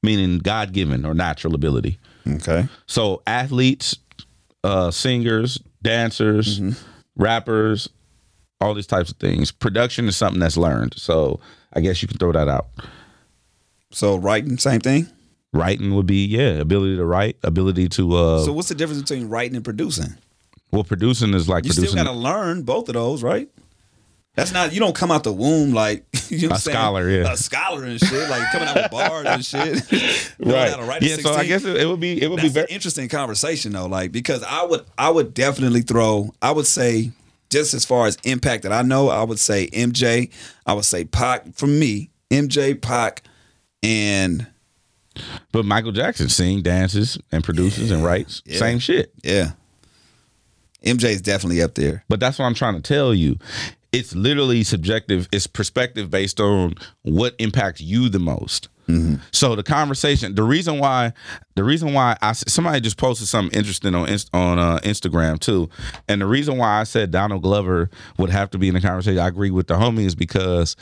Speaker 4: meaning God given or natural ability.
Speaker 3: Okay.
Speaker 4: So athletes, uh, singers, dancers,
Speaker 3: Mm-hmm.
Speaker 4: rappers, all these types of things. Production is something that's learned. So I guess you can throw that out.
Speaker 3: So writing, same thing.
Speaker 4: Writing would be yeah, ability to write, ability to uh,
Speaker 3: So what's the difference between writing and producing?
Speaker 4: well, producing is like
Speaker 3: You
Speaker 4: producing.
Speaker 3: still gotta learn both of those, right? That's not you don't come out the womb like you know what
Speaker 4: A
Speaker 3: I'm saying?
Speaker 4: scholar, yeah.
Speaker 3: a scholar and shit, like coming out with bars and shit. Knowing how to
Speaker 4: right.
Speaker 3: write at
Speaker 4: Yeah. So
Speaker 3: 16.
Speaker 4: I guess it, it would be it would
Speaker 3: That's
Speaker 4: be very
Speaker 3: an interesting conversation though, like because I would I would definitely throw I would say just as far as impact that I know, I would say MJ, I would say Pac for me, MJ Pac and
Speaker 4: But Michael Jackson sing, dances, and produces and writes.
Speaker 3: Yeah.
Speaker 4: Same shit.
Speaker 3: yeah. MJ is definitely up there.
Speaker 4: But that's what I'm trying to tell you. It's literally subjective. It's perspective based on what impacts you the most.
Speaker 3: Mm-hmm.
Speaker 4: So the conversation, the reason why, the reason why I s- somebody just posted something interesting on Inst- on uh, Instagram too, and the reason why I said Donald Glover would have to be in the conversation. I agree with the homie is because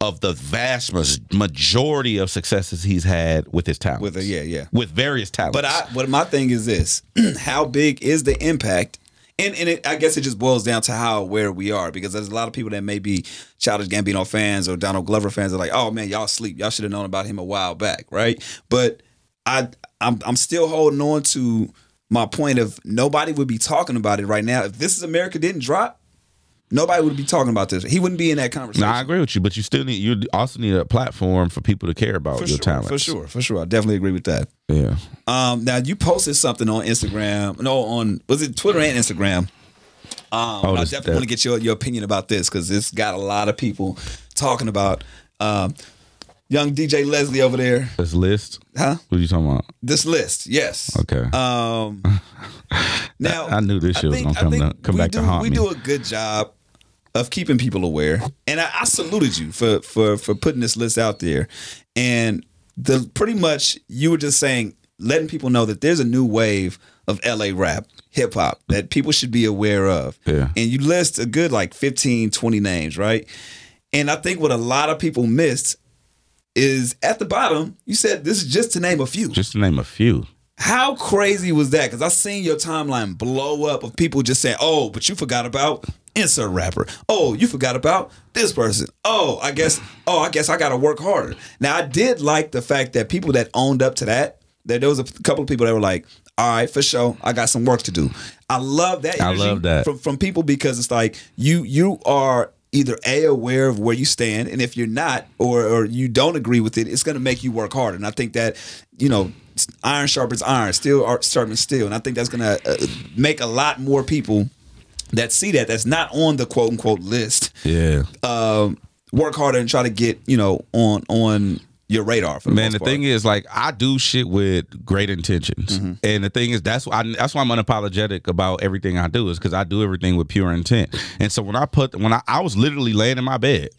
Speaker 4: of the vast mas- majority of successes he's had with his talents.
Speaker 3: With a- yeah, yeah.
Speaker 4: with various talents.
Speaker 3: But I, but my thing is this: how big is the impact? And and it, I guess it just boils down to how aware we are, because there's a lot of people that may be childish Gambino fans or Donald Glover fans are like, oh man, y'all sleep, y'all should have known about him a while back, right? But I, I'm, I'm still holding on to my point of nobody would be talking about it right now if This Is America didn't drop. Nobody would be talking about this. He wouldn't be in that conversation.
Speaker 4: No, I agree with you, but you still need you also need a platform for people to care about
Speaker 3: for
Speaker 4: your
Speaker 3: sure,
Speaker 4: talents.
Speaker 3: for sure, for sure. I definitely agree with that.
Speaker 4: Yeah.
Speaker 3: Um, now you posted something on Instagram. No, on was it Twitter and Instagram? Um,
Speaker 4: Oh,
Speaker 3: I
Speaker 4: this-
Speaker 3: definitely
Speaker 4: that-
Speaker 3: want to get your your opinion about this because it's got a lot of people talking about um, young DJ Leslie over there.
Speaker 4: This list.
Speaker 3: Huh?
Speaker 4: What are you talking about?
Speaker 3: This list, yes.
Speaker 4: Okay.
Speaker 3: Um, now
Speaker 4: I knew this shit was gonna come
Speaker 3: think
Speaker 4: to- come
Speaker 3: we
Speaker 4: back to
Speaker 3: do,
Speaker 4: haunt
Speaker 3: We
Speaker 4: me.
Speaker 3: do a good job of keeping people aware, and I, I saluted you for for for putting this list out there. And the pretty much you were just saying, letting people know that there's a new wave of LA rap, hip hop that people should be aware of.
Speaker 4: Yeah.
Speaker 3: And you list a good like 15, 20 names, right? And I think what a lot of people missed is at the bottom, you said this is just to name a few.
Speaker 4: Just to name a few.
Speaker 3: How crazy was that? Because I seen your timeline blow up of people just saying, "Oh, but you forgot about insert rapper. Oh, you forgot about this person. Oh, I guess. Oh, I guess I got to work harder." Now, I did like the fact that people that owned up to that. That there was a couple of people that were like, "All right, for sure, I got some work to do." I love that.
Speaker 4: I
Speaker 3: energy
Speaker 4: love that.
Speaker 3: from from people because it's like you you are either a aware of where you stand and if you're not or or you don't agree with it it's going to make you work harder and i think that you know s- iron sharpens iron steel ar- sharpens steel and i think that's going to uh, make a lot more people that see that that's not on the quote unquote list
Speaker 4: Yeah.
Speaker 3: um work harder and try to get you know on on your radar for the
Speaker 4: Man,
Speaker 3: most
Speaker 4: the
Speaker 3: part. Mm-hmm.
Speaker 4: thing is, like, I do shit with great intentions, and the thing is, that's why I, that's why I'm unapologetic about everything I do is because I do everything with pure intent. And so when I put when I, I was literally laying in my bed,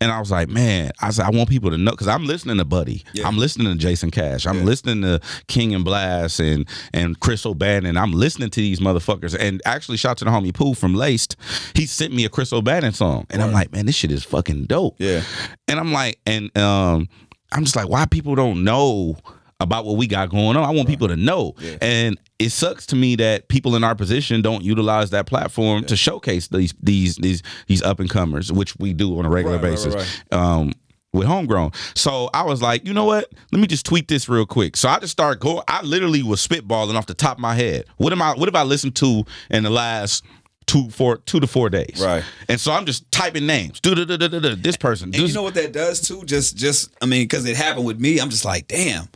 Speaker 4: and I was like, man, I said I want people to know because I'm listening to Buddy, I'm listening to Jason Cash, I'm listening to King and Blast and and Chris O'Bannon, I'm listening to these motherfuckers. And actually, shout to the homie Pooh from Laced, he sent me a Chris O'Bannon song, and I'm like, man, this shit is fucking dope.
Speaker 3: Yeah.
Speaker 4: And I'm like, and um, I'm just like, why people don't know about what we got going on? I want people to know. And it sucks to me that people in our position don't utilize that platform to showcase these these these these up and comers, which we do on a regular
Speaker 3: Right, right,
Speaker 4: basis.
Speaker 3: right,
Speaker 4: Um, with homegrown. So I was like, you know what? Let me just tweet this real quick. So I just started going. I literally was spitballing off the top of my head. What am I? What have I listened to in the last? Two four two to four days,
Speaker 3: Right.
Speaker 4: And so I'm just typing names. Do do do do do do. This person.
Speaker 3: And
Speaker 4: this-
Speaker 3: you know what that does too? Just, just I mean, because it happened with me. I'm just like, damn.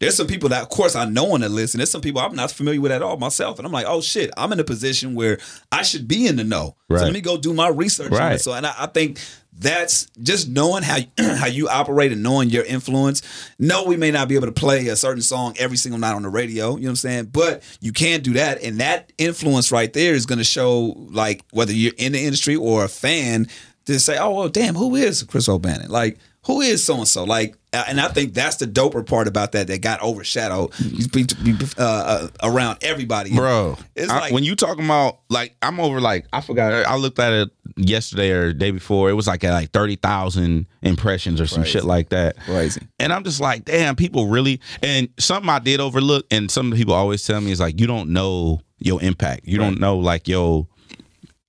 Speaker 3: There's some people that, of course, I know on the list, and there's some people I'm not familiar with at all myself. And I'm like, oh shit, I'm in a position where I should be in the know.
Speaker 4: Right.
Speaker 3: So let me go do my research. on it.
Speaker 4: Right.
Speaker 3: So, and I, I think that's just knowing how how you operate and knowing your influence. No, we may not be able to play a certain song every single night on the radio. You know what I'm saying? But you can do that, and that influence right there is going to show, like, whether you're in the industry or a fan, to say, oh well, damn, who is Chris O'Bannon? Like, who is so and so? Like, uh, and I think that's the doper part about that that got overshadowed You be- be- uh, uh, around everybody,
Speaker 4: Mm-hmm. bro.
Speaker 3: It's
Speaker 4: I-
Speaker 3: like-
Speaker 4: when you talking about like I'm over like I forgot I looked at it yesterday or the day before. It was like at like thirty thousand impressions or some shit like that.
Speaker 3: Crazy.
Speaker 4: And I'm just like, damn, people really. And something I did overlook, and some people always tell me is like, you don't know your impact. You don't know like yo.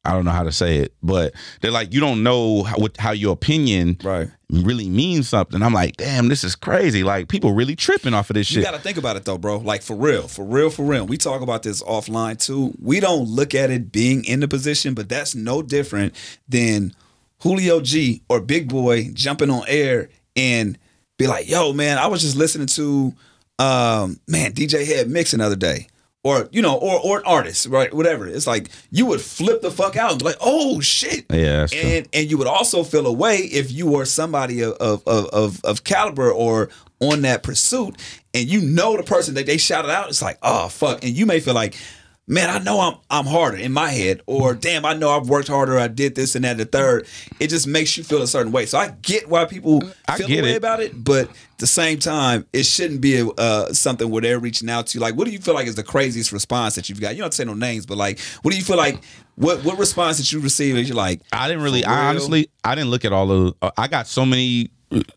Speaker 4: I don't know how to say it, but they're like, you don't know how, what, how your opinion
Speaker 3: Right.
Speaker 4: really means something. I'm like, damn, this is crazy. Like people really tripping off of this
Speaker 3: You
Speaker 4: shit.
Speaker 3: got to think about it though, bro. Like for real, for real, for real. We talk about this offline too. We don't look at it being in the position, but that's no different than Julio G or Big Boy jumping on air and be like, "Yo, man, I was just listening to um, man DJ Head mix another day." Or you know, or or an artist, right? Whatever. It's like you would flip the fuck out and be like, "Oh shit!"
Speaker 4: Yeah, that's true.
Speaker 3: and and you would also feel away if you were somebody of of of, of, of caliber or on that pursuit, and you know the person that they shouted out. It's like, oh fuck, and you may feel like. Man, I know I'm I'm harder in my head, or
Speaker 4: Mm-hmm.
Speaker 3: damn, I know I've worked harder. I did this and that, and the third. It just makes you feel a certain way. So I get why people
Speaker 4: Mm, I
Speaker 3: feel
Speaker 4: get
Speaker 3: away
Speaker 4: it.
Speaker 3: about it, but at the same time, it shouldn't be uh, something where they're reaching out to you. Like, what do you feel like is the craziest response that you've got? You don't have to say no names, but like, what do you feel like? What what response that you receive is you're like,
Speaker 4: I didn't really.
Speaker 3: For
Speaker 4: I
Speaker 3: real?
Speaker 4: honestly, I didn't look at all of. uh, I got so many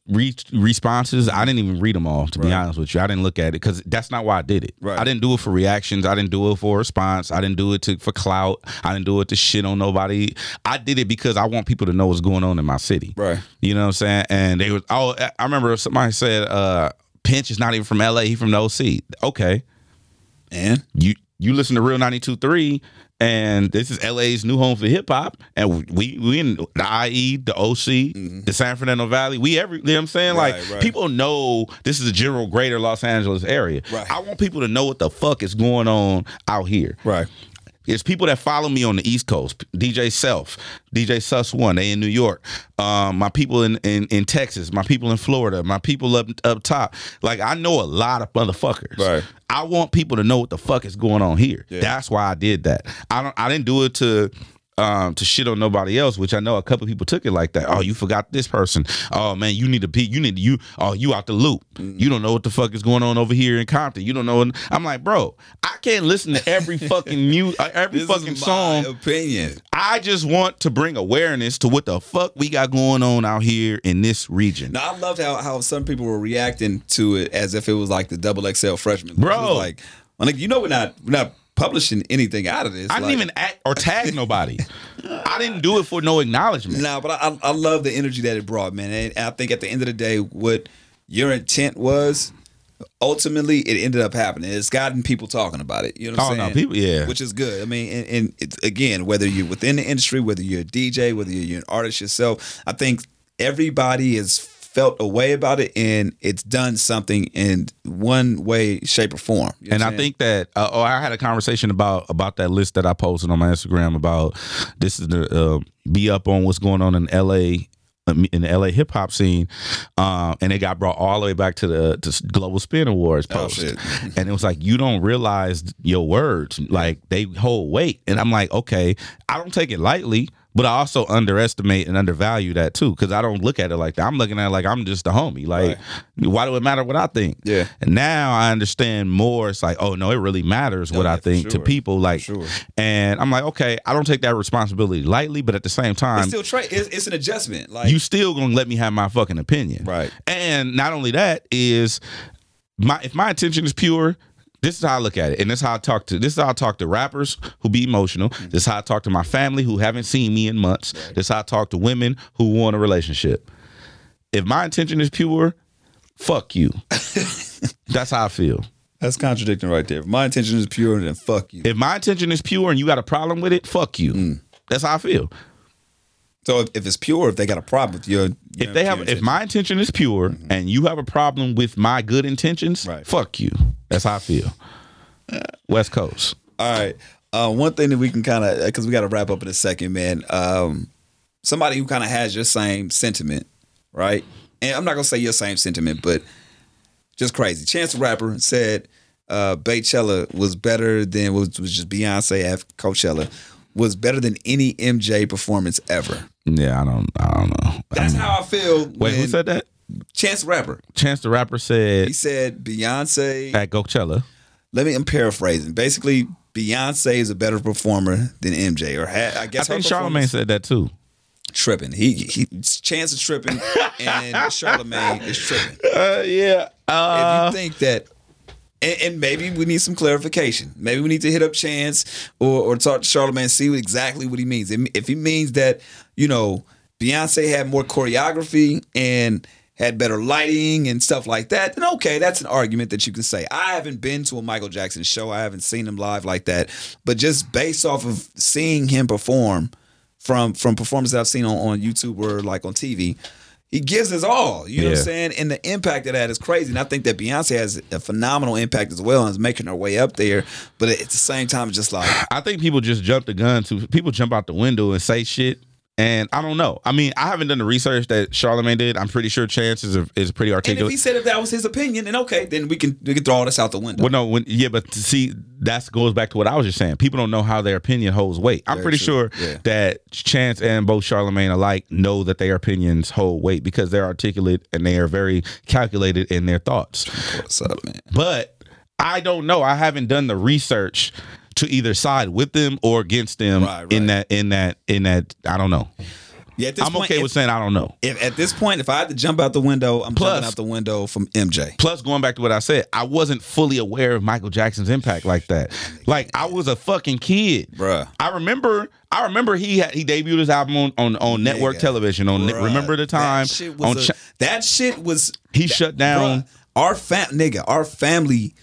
Speaker 4: re- responses. I didn't even read them all. To be honest with you, I didn't look at it because that's not why I did it.
Speaker 3: Right.
Speaker 4: I didn't do it for reactions. I didn't do it for response. I didn't do it to for clout. I didn't do it to shit on nobody. I did it because I want people to know what's going on in my city.
Speaker 3: Right.
Speaker 4: You know what I'm saying? And they was. Oh, I- I remember somebody said, uh, "Pinch is not even from L.A. He from the O.C." Okay
Speaker 3: And
Speaker 4: you you listen to Real 92.3 and this is LA's new home for hip hop and we we in the IE, the OC, the San Fernando Valley, we every you know what I'm saying
Speaker 3: Mm-hmm. Right,
Speaker 4: like
Speaker 3: right.
Speaker 4: people know this is a general greater Los Angeles area.
Speaker 3: Right.
Speaker 4: I want people to know what the fuck is going on out here.
Speaker 3: right,
Speaker 4: It's people that follow me on the East Coast. DJ Self, DJ Sus One, they in New York. Um, my people in, in in Texas, my people in Florida, my people up up top. Like I know a lot of motherfuckers.
Speaker 3: Right.
Speaker 4: I want people to know what the fuck is going on here.
Speaker 3: Yeah.
Speaker 4: That's why I did that. I don't. I didn't do it to. Um, to shit on nobody else, which I know a couple people took it like that. Oh, you forgot this person. Oh man, you need to be. You need to, you. Oh, you out the loop.
Speaker 3: Mm-hmm.
Speaker 4: You don't know what the fuck is going on over here in Compton. You don't know. I'm like, bro, I can't listen to every fucking mu- uh, every
Speaker 3: this
Speaker 4: fucking
Speaker 3: is my
Speaker 4: song.
Speaker 3: opinion.
Speaker 4: I just want to bring awareness to what the fuck we got going on out here in this region.
Speaker 3: Now I loved how how some people were reacting to it as if it was like the double XL freshman,
Speaker 4: Bro.
Speaker 3: It was Like, I'm like you know, we're not we're not publishing anything out of this.
Speaker 4: I didn't
Speaker 3: Like,
Speaker 4: even act or tag nobody. I didn't do it for no acknowledgement.
Speaker 3: No, but I, I- I love the energy that it brought, man. And I think at the end of the day, what your intent was, ultimately, it ended up happening. It's gotten people talking about it. You know what I'm
Speaker 4: Oh, no,
Speaker 3: saying?
Speaker 4: people- yeah.
Speaker 3: Which is good. I mean, and, and it's, again, whether you're within the industry, whether you're a DJ, whether you're, you're an artist yourself, I think everybody has felt a way about it and it's done something in one way, shape, or form. You know
Speaker 4: and
Speaker 3: what
Speaker 4: I
Speaker 3: I'm saying?
Speaker 4: think that uh, oh, I had a conversation about about that list that I posted on my Instagram about this is the uh, be up on what's going on in L.A. um, in the LA hip hop scene, um, and it got brought all the way back to the to Global Spin Awards post,
Speaker 3: Oh, shit.
Speaker 4: and it was like you don't realize your words like they hold weight, and I'm like okay, I don't take it lightly. But I also underestimate and undervalue that too, because I don't look at it like that. I'm looking at it like I'm just a homie. Like, why do it matter what I think?
Speaker 3: Yeah.
Speaker 4: And now I understand more. It's like, oh no, it really matters what
Speaker 3: yeah,
Speaker 4: I
Speaker 3: for
Speaker 4: think to
Speaker 3: sure.
Speaker 4: people. Like,
Speaker 3: sure.
Speaker 4: and I'm like, okay, I don't take that responsibility lightly, but at the same time,
Speaker 3: it's still tra- it's, it's an adjustment. Like
Speaker 4: you still gonna let me have my fucking opinion,
Speaker 3: Right.
Speaker 4: And not only that is my if my intention is pure. This is how I look at it, and this is how I talk to. This is how I talk to rappers who be emotional.
Speaker 3: Mm-hmm.
Speaker 4: This is how I talk to my family who haven't seen me in months. This is how I talk to women who want a relationship. if my intention is pure, fuck you. That's how I feel.
Speaker 3: That's contradicting right there. If my intention is pure, then fuck you.
Speaker 4: If my intention is pure and you got a problem with it, fuck you. That's how I feel.
Speaker 3: So if, if it's pure, if they got a problem with your,
Speaker 4: if they have, Mm-hmm. if my intention is pure and you have a problem with my good intentions,
Speaker 3: Right.
Speaker 4: fuck you. That's how I feel. Uh, West Coast.
Speaker 3: All right. Uh, one thing that we can kind of, because we got to wrap up in a second, man. Um, somebody who kind of has your same sentiment, right? And I'm not gonna say your same sentiment, but just crazy. Chance the Rapper said uh, Baychella was better than was, was just Beyonce after Coachella was better than any MJ performance ever.
Speaker 4: Yeah, I don't. I don't know.
Speaker 3: That's how I feel.
Speaker 4: Mm. Wait, who
Speaker 3: when
Speaker 4: said that?
Speaker 3: Chance the Rapper.
Speaker 4: Chance the Rapper said
Speaker 3: He said Beyonce.
Speaker 4: at Coachella.
Speaker 3: let me. I'm paraphrasing. Basically, Beyonce is a better performer than MJ, or had, I
Speaker 4: I
Speaker 3: guess. her
Speaker 4: think
Speaker 3: performance-
Speaker 4: Charlamagne said that too.
Speaker 3: tripping. He, he Chance is tripping, and Charlemagne is tripping.
Speaker 4: Uh, yeah.
Speaker 3: if you think that, and, and maybe we need some clarification. Maybe we need to hit up Chance or, or talk to Charlemagne, see what- exactly what he means. If if he means that, you know, Beyonce had more choreography and had better lighting and stuff like that, then okay, that's an argument that you can say. I haven't been to a Michael Jackson show, I haven't seen him live like that, but just based off of seeing him perform from from performances I've seen on, on YouTube or like on TV, he gives his all. You know what I'm
Speaker 4: Yeah.
Speaker 3: saying? And the impact of that is crazy. And I think that Beyonce has a phenomenal impact as well and is making her way up there. But at the same time, it's just like
Speaker 4: I think people just jump the gun to people jump out the window and say shit. And I don't know. I mean, I haven't done the research that Charlemagne did. I'm pretty sure Chance is, a, is pretty
Speaker 3: and if
Speaker 4: articulate.
Speaker 3: he said if that was his opinion, then okay, then we can we can throw all this out the window.
Speaker 4: Well, no, when, yeah, but see, that goes back to what I was just saying. People don't know how their opinion holds weight. I'm
Speaker 3: Very
Speaker 4: pretty
Speaker 3: true.
Speaker 4: sure
Speaker 3: Yeah.
Speaker 4: that Chance and both Charlemagne alike know that their opinions hold weight because they're articulate and they are very calculated in their thoughts.
Speaker 3: What's up, man?
Speaker 4: But I don't know. I haven't done the research to either side with them or against them
Speaker 3: Right, right.
Speaker 4: in that in that in that I don't know.
Speaker 3: Yeah, at this
Speaker 4: I'm
Speaker 3: point,
Speaker 4: okay
Speaker 3: if,
Speaker 4: with saying I don't know.
Speaker 3: if at this point, if I had to jump out the window, I'm
Speaker 4: Plus-
Speaker 3: jumping out the window from MJ.
Speaker 4: Plus, going back to what I said, I wasn't fully aware of Michael Jackson's impact like that. Like I was a fucking kid,
Speaker 3: Bruh.
Speaker 4: I remember, I remember he had, he debuted his album on on, on network
Speaker 3: Nigga.
Speaker 4: television. On
Speaker 3: Bruh,
Speaker 4: remember the time
Speaker 3: that shit
Speaker 4: on
Speaker 3: was,
Speaker 4: Ch-
Speaker 3: a- that shit was
Speaker 4: he shut down.
Speaker 3: Bruh, our fam nigga, our family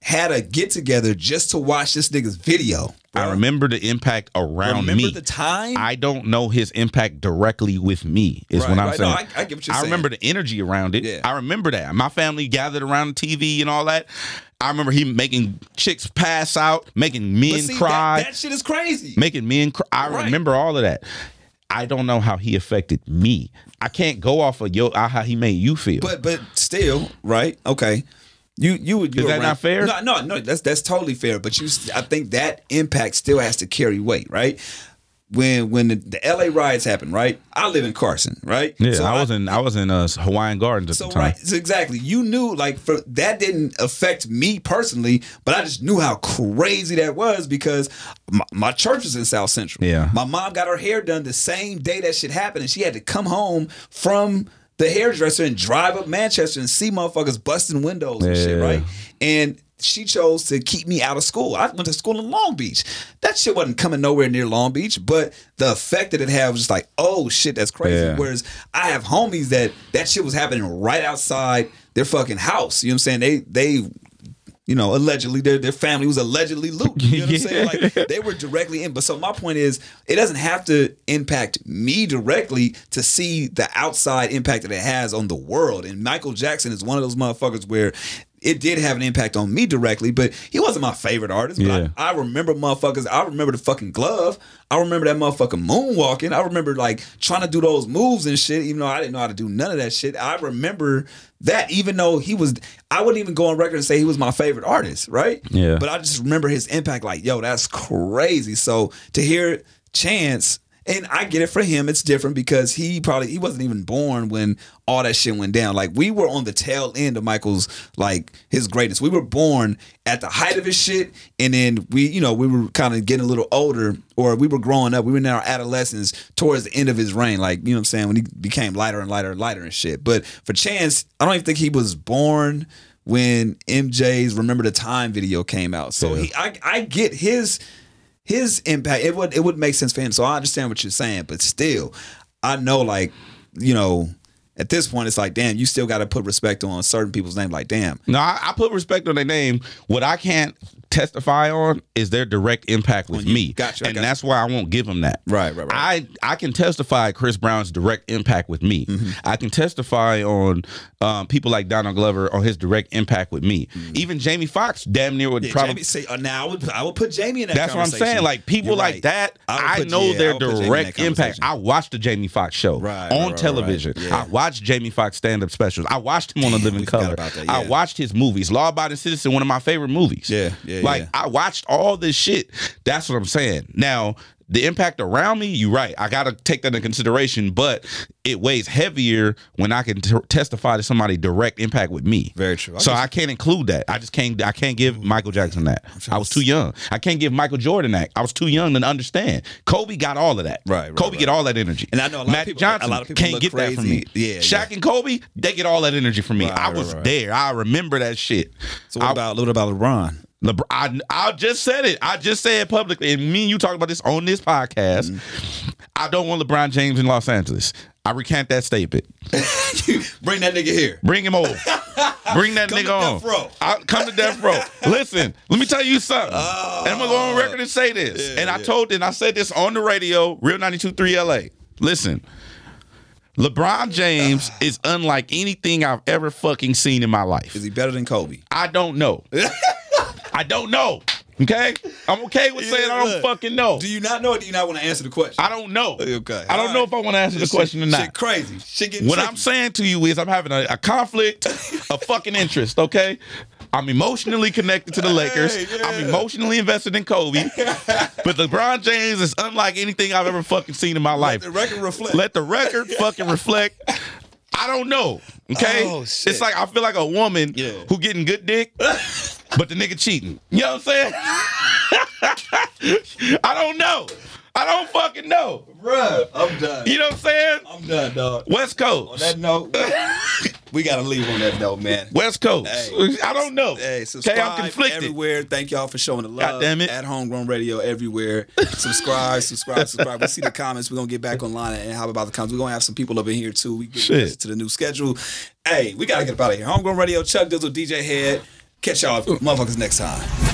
Speaker 3: had a get together just to watch this nigga's video.
Speaker 4: I remember the impact around
Speaker 3: Remember
Speaker 4: me.
Speaker 3: the time?
Speaker 4: I don't know his impact directly with me. Is
Speaker 3: Right,
Speaker 4: what I'm
Speaker 3: right. No,
Speaker 4: saying.
Speaker 3: I- I get what you're saying.
Speaker 4: remember the energy around it.
Speaker 3: Yeah.
Speaker 4: I remember that my family gathered around the TV and all that. I remember him making chicks pass out, making
Speaker 3: But
Speaker 4: men
Speaker 3: see,
Speaker 4: cry.
Speaker 3: That, that shit is crazy.
Speaker 4: making men cry. I
Speaker 3: Right.
Speaker 4: remember all of that. I don't know how he affected me. I can't go off of yo how he made you feel.
Speaker 3: But but still, right? Okay. You you would you
Speaker 4: Is that
Speaker 3: around-
Speaker 4: not fair?
Speaker 3: No, no, no. That's that's totally fair. But you, s- I think that impact still has to carry weight, right? When when the, the LA riots happened, right? I live in Carson, right?
Speaker 4: yeah,
Speaker 3: So
Speaker 4: I was in I was in uh, Hawaiian Gardens at
Speaker 3: So
Speaker 4: the time.
Speaker 3: right, so exactly. You knew like for that didn't affect me personally, but I just knew how crazy that was because my, my church was in South Central.
Speaker 4: Yeah.
Speaker 3: my mom got her hair done the same day that shit happened, and she had to come home from the hairdresser and drive up Manchester and see motherfuckers busting windows and shit,
Speaker 4: Yeah.
Speaker 3: right? And she chose to keep me out of school. I went to school in Long Beach. That shit wasn't coming nowhere near Long Beach, but the effect that it had was just like, oh shit, that's crazy.
Speaker 4: Yeah.
Speaker 3: Whereas I have homies that that shit was happening right outside their fucking house. You know what I'm saying? They they you know, allegedly their their family was allegedly looted. You know what I'm saying? Like they were directly in. But so my point is, it doesn't have to impact me directly to see the outside impact that it has on the world. And Michael Jackson is one of those motherfuckers where it did have an impact on me directly, but he wasn't my favorite artist. But
Speaker 4: Yeah.
Speaker 3: I, I remember motherfuckers. I remember the fucking glove. I remember that motherfucking moonwalking. I remember like trying to do those moves and shit, even though I didn't know how to do none of that shit. I remember that, even though he was, I wouldn't even go on record and say he was my favorite artist, right?
Speaker 4: Yeah.
Speaker 3: But I just remember his impact like, yo, that's crazy. So to hear Chance, and I get it for him, it's different because he probably he wasn't even born when all that shit went down. Like we were on the tail end of Michael's like his greatness. We were born at the height of his shit, and then we, you know, we were kind of getting a little older, or we were growing up. We were in our adolescence towards the end of his reign. Like, you know what I'm saying? When he became lighter and lighter and lighter and shit. But for Chance, I don't even think he was born when MJ's "Remember the Time" video came out. So he, I, I get his his impact. It would it would make sense for him. So I understand what you're saying, but still, I know like you know At this point, it's like, damn, you still got to put respect on certain people's name. Like, damn,
Speaker 4: No, I, I put respect on their name. What I can't testify on is their direct impact with
Speaker 3: you.
Speaker 4: me.
Speaker 3: Gotcha, I
Speaker 4: and
Speaker 3: gotcha.
Speaker 4: that's why I won't give them that.
Speaker 3: Right, right, right.
Speaker 4: I I can testify Chris Brown's direct impact with me.
Speaker 3: Mm-hmm.
Speaker 4: I can testify on um, people like Donald Glover on his direct impact with me. Even Jamie Foxx, damn near would
Speaker 3: Mm-hmm. Yeah,
Speaker 4: probably.
Speaker 3: Jamie, say, uh, now I would, I would put Jamie in that.
Speaker 4: that's what I'm saying.
Speaker 3: conversation.
Speaker 4: Like people
Speaker 3: You're
Speaker 4: like
Speaker 3: right.
Speaker 4: that,
Speaker 3: would
Speaker 4: I,
Speaker 3: put-
Speaker 4: know
Speaker 3: yeah, I
Speaker 4: their
Speaker 3: would put Jamie in that
Speaker 4: direct impact.
Speaker 3: conversation.
Speaker 4: I watched the Jamie Foxx show
Speaker 3: Right, right,
Speaker 4: on
Speaker 3: right,
Speaker 4: television.
Speaker 3: right. Yeah.
Speaker 4: I watched Jamie Foxx stand up specials. I watched him on A
Speaker 3: Damn,
Speaker 4: Living
Speaker 3: we forgot
Speaker 4: Color.
Speaker 3: about that,
Speaker 4: I
Speaker 3: yeah.
Speaker 4: watched his movies, Law Abiding Citizen, one of my favorite movies.
Speaker 3: Yeah, yeah,
Speaker 4: Like
Speaker 3: yeah.
Speaker 4: I watched all this shit. That's what I'm saying. Now, the impact around me, you're right. I got to take that into consideration, but it weighs heavier when I can t- testify to somebody direct impact with me.
Speaker 3: Very true. I
Speaker 4: so
Speaker 3: guess-
Speaker 4: I can't include that. I just can't. I can't
Speaker 3: Mm-hmm.
Speaker 4: give Michael Jackson that. I was too young. I can't give Michael Jordan that. I was too young to understand. Kobe got all of that.
Speaker 3: Right, right,
Speaker 4: Kobe
Speaker 3: right.
Speaker 4: get all that energy.
Speaker 3: And I know a lot of
Speaker 4: Magic
Speaker 3: people- a
Speaker 4: Johnson
Speaker 3: lot of people
Speaker 4: can't
Speaker 3: look
Speaker 4: get that from me.
Speaker 3: crazy. Yeah,
Speaker 4: Shaq and Kobe, they get all that energy from me.
Speaker 3: Right,
Speaker 4: I
Speaker 3: right,
Speaker 4: was
Speaker 3: right.
Speaker 4: there. I remember that shit.
Speaker 3: So what
Speaker 4: I-
Speaker 3: about what about LeBron?
Speaker 4: LeBron, I, I just said it. I just said it publicly, and me and you talked about this on this podcast.
Speaker 3: Mm-hmm.
Speaker 4: I don't want LeBron James in Los Angeles. I recant that statement.
Speaker 3: Bring that nigga here.
Speaker 4: Bring him over. Bring that
Speaker 3: Come
Speaker 4: nigga
Speaker 3: to
Speaker 4: on.
Speaker 3: death row.
Speaker 4: I, come to death row. Listen, let me tell you something.
Speaker 3: Oh.
Speaker 4: and I'm gonna go on record and say this. and I told and I said this on the radio, Real 92.3 LA. Listen, LeBron James is unlike anything I've ever fucking seen in my life.
Speaker 3: Is he better than Kobe?
Speaker 4: I don't know. I don't know. Okay, I'm okay with saying I
Speaker 3: Yeah,
Speaker 4: don't
Speaker 3: look.
Speaker 4: fucking know.
Speaker 3: Do you not know? Or do you not want to answer the question?
Speaker 4: I don't know.
Speaker 3: Okay.
Speaker 4: I don't
Speaker 3: All
Speaker 4: know
Speaker 3: right.
Speaker 4: if I want to answer the
Speaker 3: Shit-
Speaker 4: question or not.
Speaker 3: Shit crazy. Shit getting
Speaker 4: What
Speaker 3: tricky.
Speaker 4: I'm saying to you is I'm having a, a conflict, a fucking interest, okay? I'm emotionally connected to the Lakers.
Speaker 3: yeah.
Speaker 4: I'm emotionally invested in Kobe. but LeBron James is unlike anything I've ever fucking seen in my life.
Speaker 3: the record reflect.
Speaker 4: Let the record fucking reflect. I don't know. Okay?
Speaker 3: Oh, shit.
Speaker 4: It's like I feel like a woman
Speaker 3: Yeah.
Speaker 4: who getting good dick, but the nigga cheating. You know what I'm saying? I don't know. I don't fucking know.
Speaker 3: Bruh, I'm done.
Speaker 4: You know what I'm saying?
Speaker 3: I'm done, dog.
Speaker 4: West Coast.
Speaker 3: On that note, we gotta leave on that note, man.
Speaker 4: West Coast.
Speaker 3: Hey.
Speaker 4: I don't know.
Speaker 3: Hey,
Speaker 4: okay, I'm
Speaker 3: subscribe
Speaker 4: conflicted.
Speaker 3: everywhere. Thank y'all for showing the love.
Speaker 4: God damn it.
Speaker 3: At Homegrown Radio everywhere. subscribe, subscribe, subscribe. We see the comments. We're gonna get back online and how about the comments. We're gonna have some people up in here too. We get
Speaker 4: Shit.
Speaker 3: adjusted to the new schedule. Hey, we gotta get up out of here. Homegrown Radio, Chuck Dizzle, DJ Head. Catch y'all motherfuckers next time.